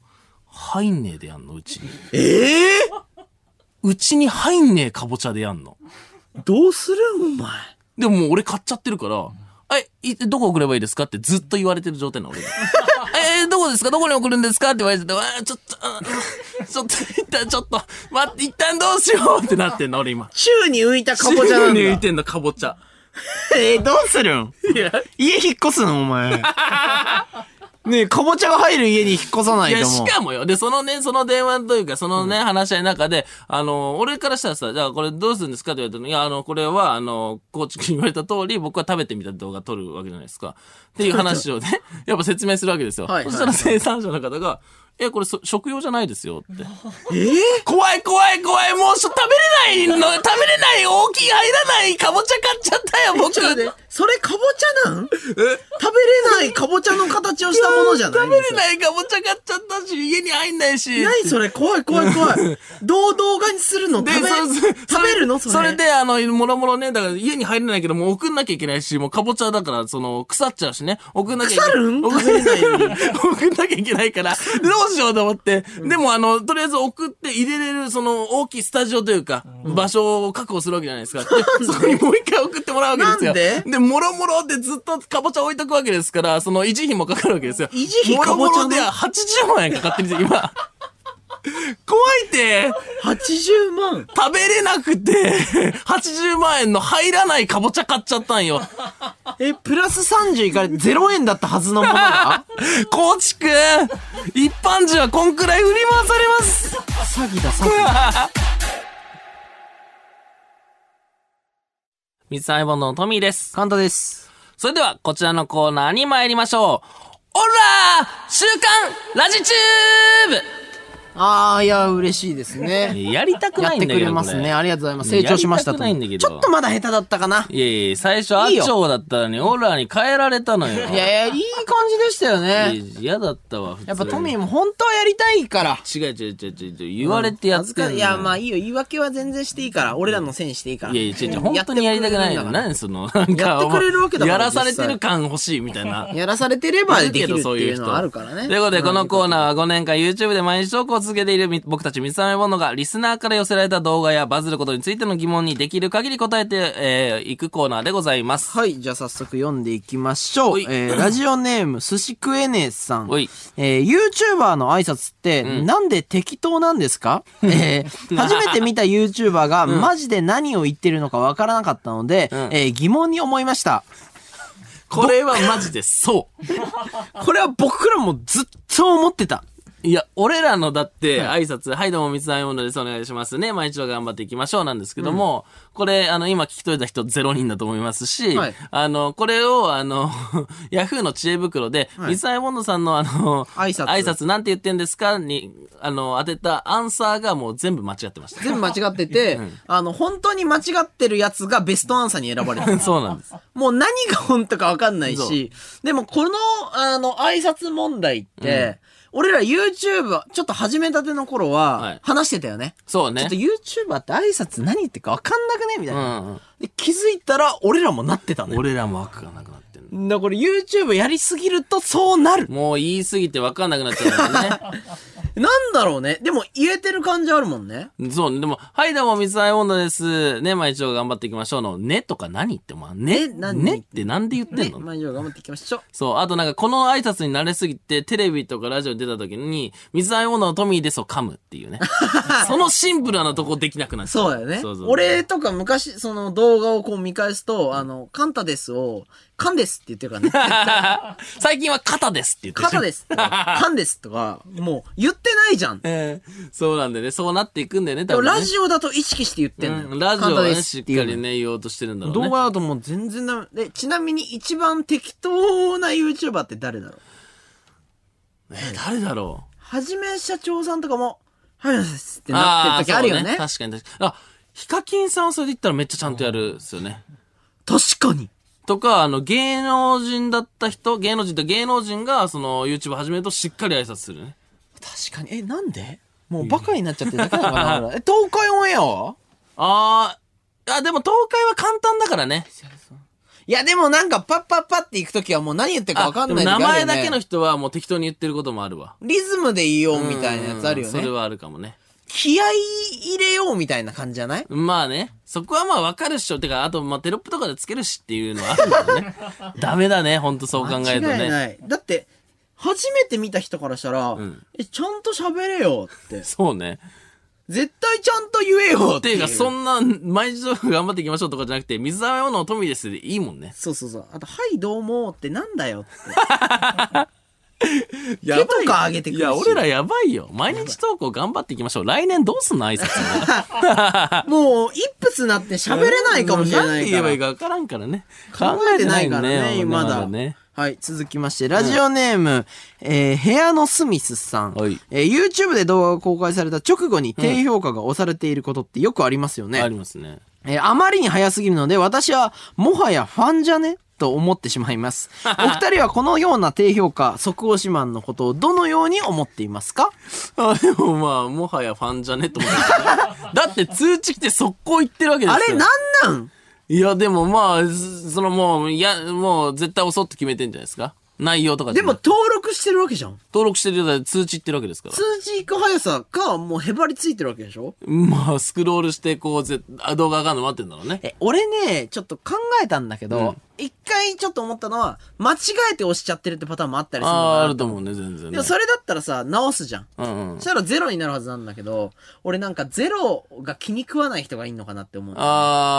Speaker 1: 入んねえでやんの、うちに。
Speaker 2: ええ
Speaker 1: うちに入んねえかぼちゃでやんの。
Speaker 2: どうするお前。
Speaker 1: でももう俺買っちゃってるから、え、いどこ送ればいいですかってずっと言われてる状態なの、俺 が。えー、どこですかどこに送るんですかって言われてて、わーちょっと、あーちょっと、一旦ちょっと、待って、一旦どうしようってなってんの、俺今。
Speaker 2: 宙に浮いたかぼちゃなんだ。
Speaker 1: 宙に浮いてんの、かぼちゃ。
Speaker 2: えーどうするん
Speaker 1: いや、
Speaker 2: 家引っ越すのお前。ねえ、かぼちゃが入る家に引っ越さないい
Speaker 1: や、
Speaker 2: と思
Speaker 1: し
Speaker 2: う。
Speaker 1: かもよ。で、そのね、その電話というか、そのね、話し合いの中で、あの、俺からしたらさ、じゃあこれどうするんですかって言われたのに、いや、あの、これは、あの、コーチ君に言われた通り、僕は食べてみた動画撮るわけじゃないですか。っていう話 をね、やっぱ説明するわけですよ。
Speaker 2: はいはい
Speaker 1: そしたら生産者の方が、え、これそ、食用じゃないですよって。
Speaker 2: えー
Speaker 1: 怖い怖い怖い、もうそ食べれないの、食べれない、大きい、入らない、かぼちゃ買っちゃったよ、僕。
Speaker 2: ちょっと待って、それかぼちゃなん食べれないかぼちゃの形をしたものじゃない
Speaker 1: 食べれないかぼちゃ買っちゃったし、家に入んないし。
Speaker 2: 何それ怖い怖い怖い。どう動画にするの食
Speaker 1: で、
Speaker 2: べ、
Speaker 1: そう
Speaker 2: 食べるのそれ。
Speaker 1: それ。で、あの、もろもろね、だから家に入れないけど、もう送んなきゃいけないし、もうかぼちゃだから、その、腐っちゃうしね。送んなきゃいけない。
Speaker 2: 腐るん
Speaker 1: 送
Speaker 2: 食べれないのに
Speaker 1: 送んなきゃいけないから、どうしようと思って。でも、あの、とりあえず送って入れれる、その、大きいスタジオというか、場所を確保するわけじゃないですか。でそこにもう一回送ってもらうわけですよ。
Speaker 2: なんで
Speaker 1: で、もろもろってずっとかぼちゃ置いとくわけですから、その維持費もかかるわけですよ。
Speaker 5: 維持費
Speaker 1: もろもろ
Speaker 5: かぼち
Speaker 1: で
Speaker 5: ゃの
Speaker 1: 80万円かかってるんですよ、 今。怖いって、
Speaker 5: 80万
Speaker 1: 食べれなくて、80万円の入らないかぼちゃ買っちゃったん よ。
Speaker 5: え、プラス30いかれて0円だったはずのもの が
Speaker 1: コーチくん一般人はこんくらい振り回されます
Speaker 5: 詐欺だ、詐欺。
Speaker 1: 三つ相棒のトミーです。
Speaker 2: 簡単です。
Speaker 1: それでは、こちらのコーナーに参りましょう。オラー週刊ラジチュ
Speaker 2: ああ、いや、嬉しいですね。
Speaker 1: ーブやりたく
Speaker 2: や
Speaker 1: な
Speaker 2: っ
Speaker 1: いんだ
Speaker 2: て
Speaker 1: け
Speaker 2: く
Speaker 1: ど
Speaker 2: れますね。ありがとうございます。成長しました
Speaker 1: やりたく
Speaker 2: と。
Speaker 1: ないんだけど
Speaker 2: ちょっとまだ下手だったかな。
Speaker 1: いやいや、最初、あっ
Speaker 2: い
Speaker 1: ち
Speaker 2: よ
Speaker 1: ょうだったのに、オラーに変えられたのよ。
Speaker 2: いやいや、いい感じでしたよね。
Speaker 1: いや嫌だったわ、
Speaker 2: やっぱトミ
Speaker 1: ー
Speaker 2: ーも本当はやりたいから。
Speaker 1: 違う違う違う違う違う、言われてやってんのよ
Speaker 2: いや、まあいいよ。言い訳は全然していいから。俺らのせいにしていいから。
Speaker 1: いやいや、違う違う、本当にやりたくないの。
Speaker 2: ね。
Speaker 1: 何その、 なんか、
Speaker 2: やってくれるわけだから
Speaker 1: やらされてる感欲しいみたいな。
Speaker 2: やらされてれば
Speaker 1: いるけ
Speaker 2: できる
Speaker 1: ど
Speaker 2: って
Speaker 1: そうい
Speaker 2: いうう
Speaker 1: 人
Speaker 2: のはあるからね。
Speaker 1: ということで、このコーナーは5年間 YouTube で毎日投稿を続けているみ僕たち三つ目ボンドがリスナーから寄せられた動画やバズることについての疑問にできる限り答えて、えーいくコーナーでございます。
Speaker 2: はい、じゃあ早速読んでいきましょ
Speaker 1: お
Speaker 2: う。
Speaker 1: い
Speaker 2: えー、ラジオネーム、寿司クエネさん。
Speaker 1: おい。
Speaker 2: えー、YouTuber の挨拶って、なんで適当なんです か、えー、初めて見た YouTuber が、マジで何を言ってるのかわからなかったので、
Speaker 1: うん
Speaker 2: えー疑問に思いました。
Speaker 1: これはマジでそう。
Speaker 2: これは僕らもずっと思ってた。
Speaker 1: いや、俺らのだって挨拶、はい、どうも三つ目ボンドです。お願いしますね。毎日は頑張っていきましょうなんですけども、これ、あの、今聞き取れた人ゼロ人だと思いますし、
Speaker 2: はい
Speaker 1: あの、これを、あの、 ヤフーの知恵袋で、三つ目ボンドさんのあの、
Speaker 2: 挨拶
Speaker 1: 挨拶なんて言ってんですかに、あの、当てたアンサーがもう全部間違ってまし
Speaker 2: 全部間違って て、あの、本当に間違ってるやつがベストアンサーに選ばれ
Speaker 1: た。
Speaker 2: た。
Speaker 1: そうなんです。
Speaker 2: もう何が本当かわかんないし、でもこの、あの、挨拶問題って、俺ら YouTube、ちょっと始めたての頃
Speaker 1: は、
Speaker 2: はい話してたよね。
Speaker 1: そうね。
Speaker 2: ちょっと YouTuber って挨拶何言ってるかわかんなくねみたいうな、
Speaker 1: んうん、
Speaker 2: で。気づいたら俺らもなってたね。
Speaker 1: 俺らも悪がなくなってる。
Speaker 2: だから YouTube やりすぎるとそうなる。
Speaker 1: もう言いすぎて分かんなくなっちゃうんだよね。
Speaker 2: なんだろうね。でも言えてる感じあるもんね。
Speaker 1: そうね。でも、はい、どうも、水愛温度です。ね、毎日を頑張っていきましょうの、ねとか何って、まあ、ね、
Speaker 2: え何
Speaker 1: ねってなんで言って
Speaker 2: ね
Speaker 1: ん。の、
Speaker 2: まあ、以上頑張っていきましょう。
Speaker 1: そう、あとなんか、この挨拶に慣れすぎて、テレビとかラジオに出た時に、水愛温度のトミーですを噛むって いうね。そのシンプルなとこできなくなっちゃう。
Speaker 2: そうだよね。
Speaker 1: そうそう
Speaker 2: 俺とか昔、その動画をこう見返すと、あの、カンタですを、カンですって言って るからね。
Speaker 1: 最近は肩ですって言ってる
Speaker 2: カタですと か、カンですとか、もう言ってないじゃん。で
Speaker 1: えー そうなんでね、そうなっていくんだよね、多
Speaker 2: も
Speaker 1: 分、ね。
Speaker 2: ラジオだと意識して言ってんのよ。
Speaker 1: うんラジオは
Speaker 2: カンタ
Speaker 1: ね、
Speaker 2: です
Speaker 1: し
Speaker 2: っ
Speaker 1: って
Speaker 2: いう
Speaker 1: か
Speaker 2: の
Speaker 1: りね、言おうとしてるんだろうね。
Speaker 2: 動画だともう全然ダメ。で、ちなみに一番適当な YouTuber って誰だろう
Speaker 1: えー誰だろう
Speaker 2: はじめ社長さんとかも、はい、はいですってなってる時あるよね。
Speaker 1: ーそう確かに確かに。あ、ヒカキンさんはそれで言ったらめっちゃちゃんとやるっすよね。
Speaker 2: 確かに。
Speaker 1: とか、あの、芸能人だった人、芸能人と芸能人が、その、YouTube 始めるとしっかり挨拶するね。
Speaker 2: 確かに。え、なんでもうバカになっちゃってるだけなのかな 俺らえ、東海オンエアは
Speaker 1: あー、あ、でも東海は簡単だからね。
Speaker 2: いや、でもなんかパッパッパって行くときはもう何言ってるか
Speaker 1: あ
Speaker 2: 分かん
Speaker 1: で
Speaker 2: ない時あ
Speaker 1: も
Speaker 2: る
Speaker 1: 名
Speaker 2: よね
Speaker 1: 前だけの人はもう適当に言ってることもあるわ。
Speaker 2: リズムで言おうみたいなやつあるよ
Speaker 1: うんそれ
Speaker 2: ね。
Speaker 1: はあるかもね。
Speaker 2: 気合い入れようみたいな感じじゃない
Speaker 1: まあね、そこはまあわかるっしょ。てか、あと、まあテロップとかでつけるしっていうのはあるんだよね。 ダメだね、ほんとそう考えると
Speaker 2: 間違い
Speaker 1: ね。
Speaker 2: ない。だって、初めて見た人からしたら、
Speaker 1: ん
Speaker 2: え、ちゃんと喋れよって。
Speaker 1: そうね。
Speaker 2: 絶対ちゃんと言えよっ
Speaker 1: って
Speaker 2: てい。
Speaker 1: いううか、そんな、毎日頑張っていきましょうとかじゃなくて、水溜りの富ですでいいもんね。
Speaker 2: そうそうそう。あと、はい、どうもってなんだよって。
Speaker 1: や
Speaker 2: 手とか上げてくるし
Speaker 1: いや、俺らやばいよ。毎日投稿頑張っていきましょう。来年どうすんの挨拶。
Speaker 2: もう、一筆なって喋れないかもしれないから。
Speaker 1: んて言えばいいか分からんからね。
Speaker 2: 考えてないからね
Speaker 1: 考えてない
Speaker 2: まだ
Speaker 1: ね。
Speaker 2: はい、続きまして、ラジオネーム、えー、部屋のスミスさん。
Speaker 1: はい
Speaker 2: えー YouTube で動画が公開された直後に低評価が押されていることってよくありますよね。
Speaker 1: ありますね。
Speaker 2: えーあまりに早すぎるので、私は、もはやファンじゃねと思ってしま います。お二人はこのような低評価、即押しマンのことをどのように思っていますか
Speaker 1: あ、でもまあ、もはやファンじゃねと思ってた。 だって通知来て速攻行ってるわけです
Speaker 2: あ
Speaker 1: よ。
Speaker 2: れ、なんなん
Speaker 1: いや、でもまあ、そそのもう、いや、もう絶対襲って決めてんじゃないですか。内容とかじ
Speaker 2: で
Speaker 1: ゃな
Speaker 2: も
Speaker 1: くて
Speaker 2: 登録
Speaker 5: 録してるわけじゃん。
Speaker 1: 登録してる間で通知いってるわけですから。
Speaker 5: 数字いく速さか、もうへばりついてるわけでしょ
Speaker 1: まあ、スクロールして、こう、ぜあ動画上がるの待ってんだろうね。
Speaker 5: え、俺ね、ちょっと考えたんだけ
Speaker 1: う
Speaker 5: ど
Speaker 1: ん、
Speaker 5: 一、回ちょっと思ったのは、間違えて押しちゃってるってパターンもあったりするのか
Speaker 1: ああ、
Speaker 5: な
Speaker 1: あると思うね、全然
Speaker 5: で
Speaker 1: ね
Speaker 5: も。それだったらさ、直すじゃん。
Speaker 1: うんうん
Speaker 5: そし。たらゼロになるはずなんだけど、俺なんかゼロが気に食わない人がいいのかなって思う。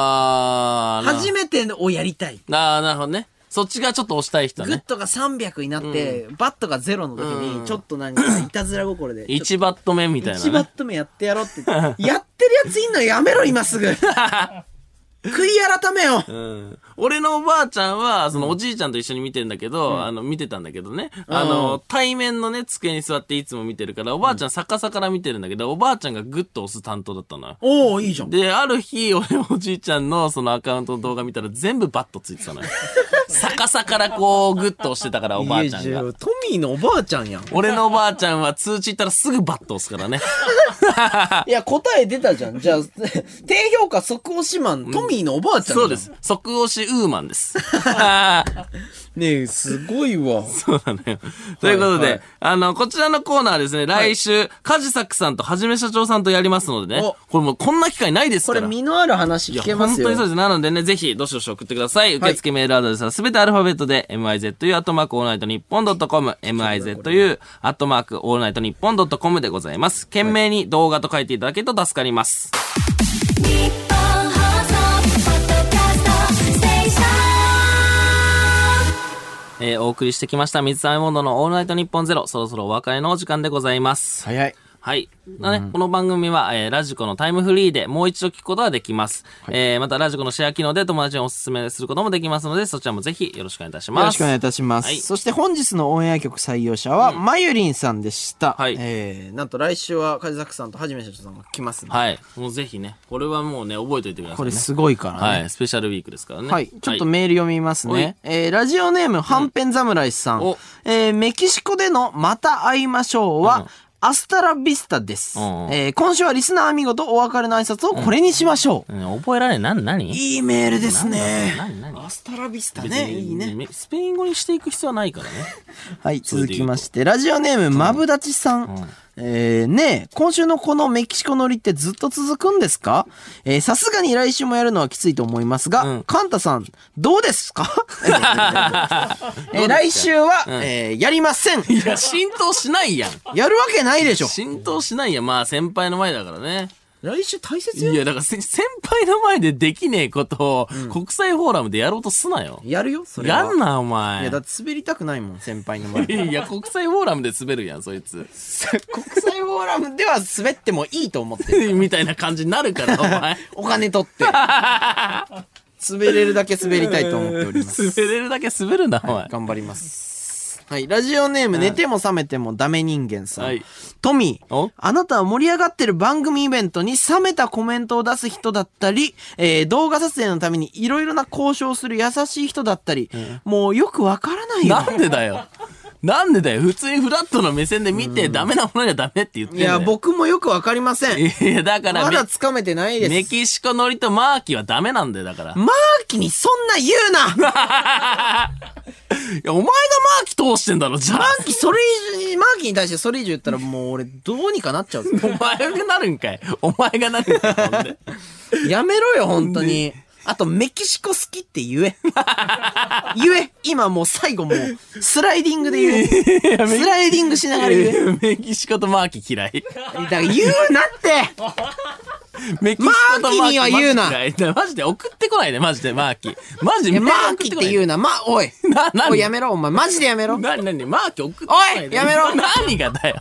Speaker 1: ああ、
Speaker 5: 初めてをやりたい。
Speaker 1: ああ、なるほどね。そっちがちょっと押したい人
Speaker 5: グッ
Speaker 1: ね。
Speaker 5: ドが300になって、バットがゼロの時
Speaker 1: う
Speaker 5: に、
Speaker 1: ん
Speaker 5: ちょっとなん かいたずら心で。
Speaker 1: 1バット目みたい
Speaker 5: 1
Speaker 1: な
Speaker 5: バッ
Speaker 1: ね。
Speaker 5: ト目やってやろう って。やってるやついんのやめろ今すぐ悔い改めよ
Speaker 1: うん、俺のおばあちゃんは、そのおじいちゃんと一緒に見てんだけど、あの、見てたんだけどね。あの、対面のね、机に座っていつも見てるから、おばあちゃん逆さから見てるんだけど、おばあちゃんがグッと押す担当だったのよ。
Speaker 5: おおいいじゃん。
Speaker 1: で、ある日、俺おじいちゃんのそのアカウントの動画見たら全部バットついてた のよ。逆さからこうグッと押してたから、おばあちゃん
Speaker 5: 家
Speaker 1: が
Speaker 5: 中。トミーのおばあちゃんやん。
Speaker 1: 俺のおばあちゃんは通知行ったらすぐバット押すからね。
Speaker 5: いや、答え出たじゃん。じゃあ、 低評価即押しマン、トミーのおばあちゃんじゃん
Speaker 1: そうで。す。即押しウーマ ンです。あー
Speaker 5: ねえ、すごいわ。
Speaker 1: そうなのよ。ということで、
Speaker 5: はいはい
Speaker 1: あの、こちらのコーナーはですね、来週、カジサックさんとはじめ社長さんとやりますのでね、
Speaker 5: お
Speaker 1: これもうこんな機会ないです
Speaker 5: こ
Speaker 1: か
Speaker 5: れ
Speaker 1: ら。
Speaker 5: 身のある話聞けます
Speaker 1: いや本当
Speaker 5: よ。
Speaker 1: にそうです。なのでね、ぜひ、どしどし送ってください。受付メールアドレスはすべてアルファベットで、mizu アットマークオールナイトニッポンドットコム、mizu アットマークオールナイトニッポンドットコムでございます。懸命に動画と書いていただけると助かります。
Speaker 3: 日本放送ポッドキャストステーション
Speaker 1: えーお送りしてきました、水溜りボンドのオールナイトニッポンゼロ、そろそろお別れのお時間でございます。
Speaker 2: 早い。
Speaker 1: はい。なね、この番組は、えーラジコのタイムフリーでもう一度聞くことができます。えーまたラジコのシェア機能で友達におすすめすることもできますので、そちらもぜひよろしくお願いいたします。
Speaker 2: よろしくお願いいたします。
Speaker 1: はい
Speaker 2: そして本日のオンエア曲採用者は、まゆりんさんでした。
Speaker 1: はい
Speaker 5: えー、なんと来週は、カジザックさんとはじめしゃちょさんが来ますね。
Speaker 1: はい。もうぜひね、これはもうね、覚えておいてください、ね。
Speaker 2: これすごいからね。
Speaker 1: はい。スペシャルウィークですからね。
Speaker 2: はい。ちょっとメール読みます
Speaker 1: は
Speaker 2: ね
Speaker 1: い。
Speaker 2: えーラジオネーム、はんぺん侍さん。
Speaker 1: お
Speaker 2: えーメキシコでのまた会いましょうは、アスタラビスタです。
Speaker 1: うんうん
Speaker 2: えー今週はリスナー見事お別れの挨拶をこれにしましょう。
Speaker 1: うん覚えられない。な、なに
Speaker 2: いいメールですね。
Speaker 1: なになに
Speaker 2: アスタラビスタね。いいね。。
Speaker 1: 別にスペイン語にしていく必要はないからね。
Speaker 2: はい、
Speaker 1: それ
Speaker 2: 続
Speaker 1: で言うと
Speaker 2: きまして、ラジオネーム、まぶだちさん。えー、ねえ、今週のこのメキシコ乗りってずっと続くんですかえーさすがに来週もやるのはきついと思いますが、
Speaker 1: うん
Speaker 2: カンタさん、どうで すかえー来週は、えーやりません
Speaker 1: いや、浸透しないやん。
Speaker 2: やるわけないでしょ
Speaker 1: 浸透しないやん。まあ、先輩の前だからね。
Speaker 5: 来週大切よ。
Speaker 1: いや、だからせ先輩の前でできねえことを、国際フォーラムでやろうとすなよ。
Speaker 5: やるよ、それは。
Speaker 1: やんな、お
Speaker 2: い
Speaker 1: 前。
Speaker 2: や、
Speaker 1: い。
Speaker 2: だって滑りたくないもん、先輩の前
Speaker 1: や、国際フォーラムで滑るやん、そいつ。
Speaker 2: 国際フォーラムでは滑ってもいいと思ってる。
Speaker 1: みたいな感じになる から、お前。
Speaker 2: お金 取って。滑れるだけ滑りたいと思っております。
Speaker 1: 滑れるだけ滑るな、お前。
Speaker 2: 頑張ります。はい、ラジオネーム、寝ても覚めてもダメ人間さん。
Speaker 1: はい
Speaker 2: トミー
Speaker 1: お、
Speaker 2: あなたは盛り上がってる番組イベントに冷めたコメントを出す人だったり、えー動画撮影のためにいろいろな交渉をする優しい人だったり、もうよくわからないよ
Speaker 1: な。んでだよ。なんでだよ。普通にフラットの目線で見て、ダメなものにはダメって言ってん
Speaker 2: い
Speaker 1: だよ。
Speaker 2: や、僕もよくわかりません。
Speaker 1: いや、だから
Speaker 2: ま
Speaker 1: メ、
Speaker 2: だつかめてない
Speaker 1: メ
Speaker 2: です。
Speaker 1: キシコ乗りとマーキーはダメなんだよ、だから。い
Speaker 2: マーキにそんな言うなマ
Speaker 1: や、お前がマーキー通してんだろ、じゃあ。
Speaker 2: ーキそれ以上、マーキに対してそれ以上言ったらもう俺どうにかなっちゃうぞ。
Speaker 1: お前がなるんかい。お前がなるんかいほんで。
Speaker 2: やめろよ、本当に。あと、メキシコ好きって言え。 言え。今もう最後もう、スライディングで言え。スライディングしながら言え。
Speaker 1: メキシコとマーキー嫌い。
Speaker 2: だから言うなって
Speaker 1: メキシコとマーキー
Speaker 2: マーキーには言うな
Speaker 1: マジでマジで送ってこないで、マジでマーキー。マジ
Speaker 2: い
Speaker 1: で
Speaker 2: やマーキって言う
Speaker 1: う。
Speaker 2: な。ま、おい。
Speaker 1: な、な
Speaker 2: お
Speaker 1: に
Speaker 2: い、やめろ、お前。マジでやめろ。おい
Speaker 1: なになにマーキー送ってこないで
Speaker 2: おいやめろ
Speaker 1: 何がだよ。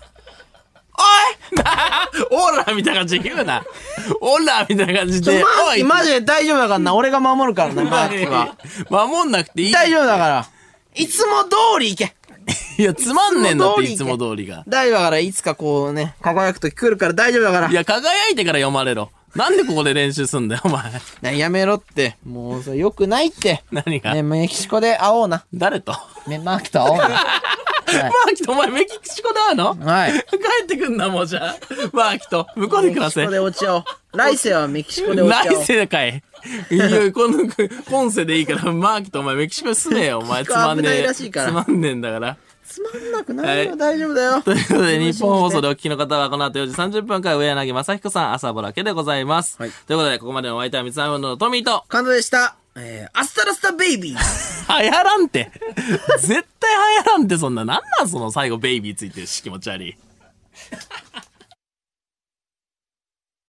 Speaker 1: オーラみたいな感じで言うな。オーラみたいな感じ
Speaker 2: ちょ
Speaker 1: で。
Speaker 2: マー
Speaker 1: お
Speaker 2: キ
Speaker 1: い
Speaker 2: ー、マジで大丈夫だからな。俺が守 るからな、マーキーは。
Speaker 1: 守んなくていい。
Speaker 2: 大丈夫だから。いつも通り行け。
Speaker 1: いや、つまんねえんだって、い
Speaker 2: いつ
Speaker 1: つも
Speaker 2: も通
Speaker 1: 通りが。
Speaker 2: 大丈夫だから、いつかこうね、輝く時来るから大丈夫だから
Speaker 1: い。や、輝いてから読まれろ。なんでここで練習すんだよ、お前。
Speaker 2: なやめろって。もう、それ良くないって。
Speaker 1: 何が
Speaker 2: ね、メキシコで会おうな。
Speaker 1: 誰と
Speaker 2: ね、マーキーと会おうな。
Speaker 1: マーキーとお前メキシコだの
Speaker 2: はい。
Speaker 1: 帰ってくんな、もうじゃあ。マーキと。向こうで暮らせ。
Speaker 2: 落ちよう。来世はメキシコ
Speaker 1: 来世かい。いや、この、今世でいいから、マーキとお前メキシコに住めよ、お前。
Speaker 2: メ
Speaker 1: つ
Speaker 2: キ シコ
Speaker 1: まんね
Speaker 2: 危ない
Speaker 1: え。
Speaker 2: らしいから
Speaker 1: つまんねえんだから。
Speaker 2: つまんなくないよ、大丈夫だよ。
Speaker 1: ということで、日本放送でお聞きの方は、この後4時30分から上柳正彦さん、朝ぼらけでございます。
Speaker 2: はい
Speaker 1: ということで、ここまでのお相手は、三つ編みのトミーと、
Speaker 2: 神田でした。えー、アスタラスタベイビー。
Speaker 1: 流行らんて。絶対流行らんて、そんな。なんなん、その最後、ベイビーついてるし、気持ち悪い。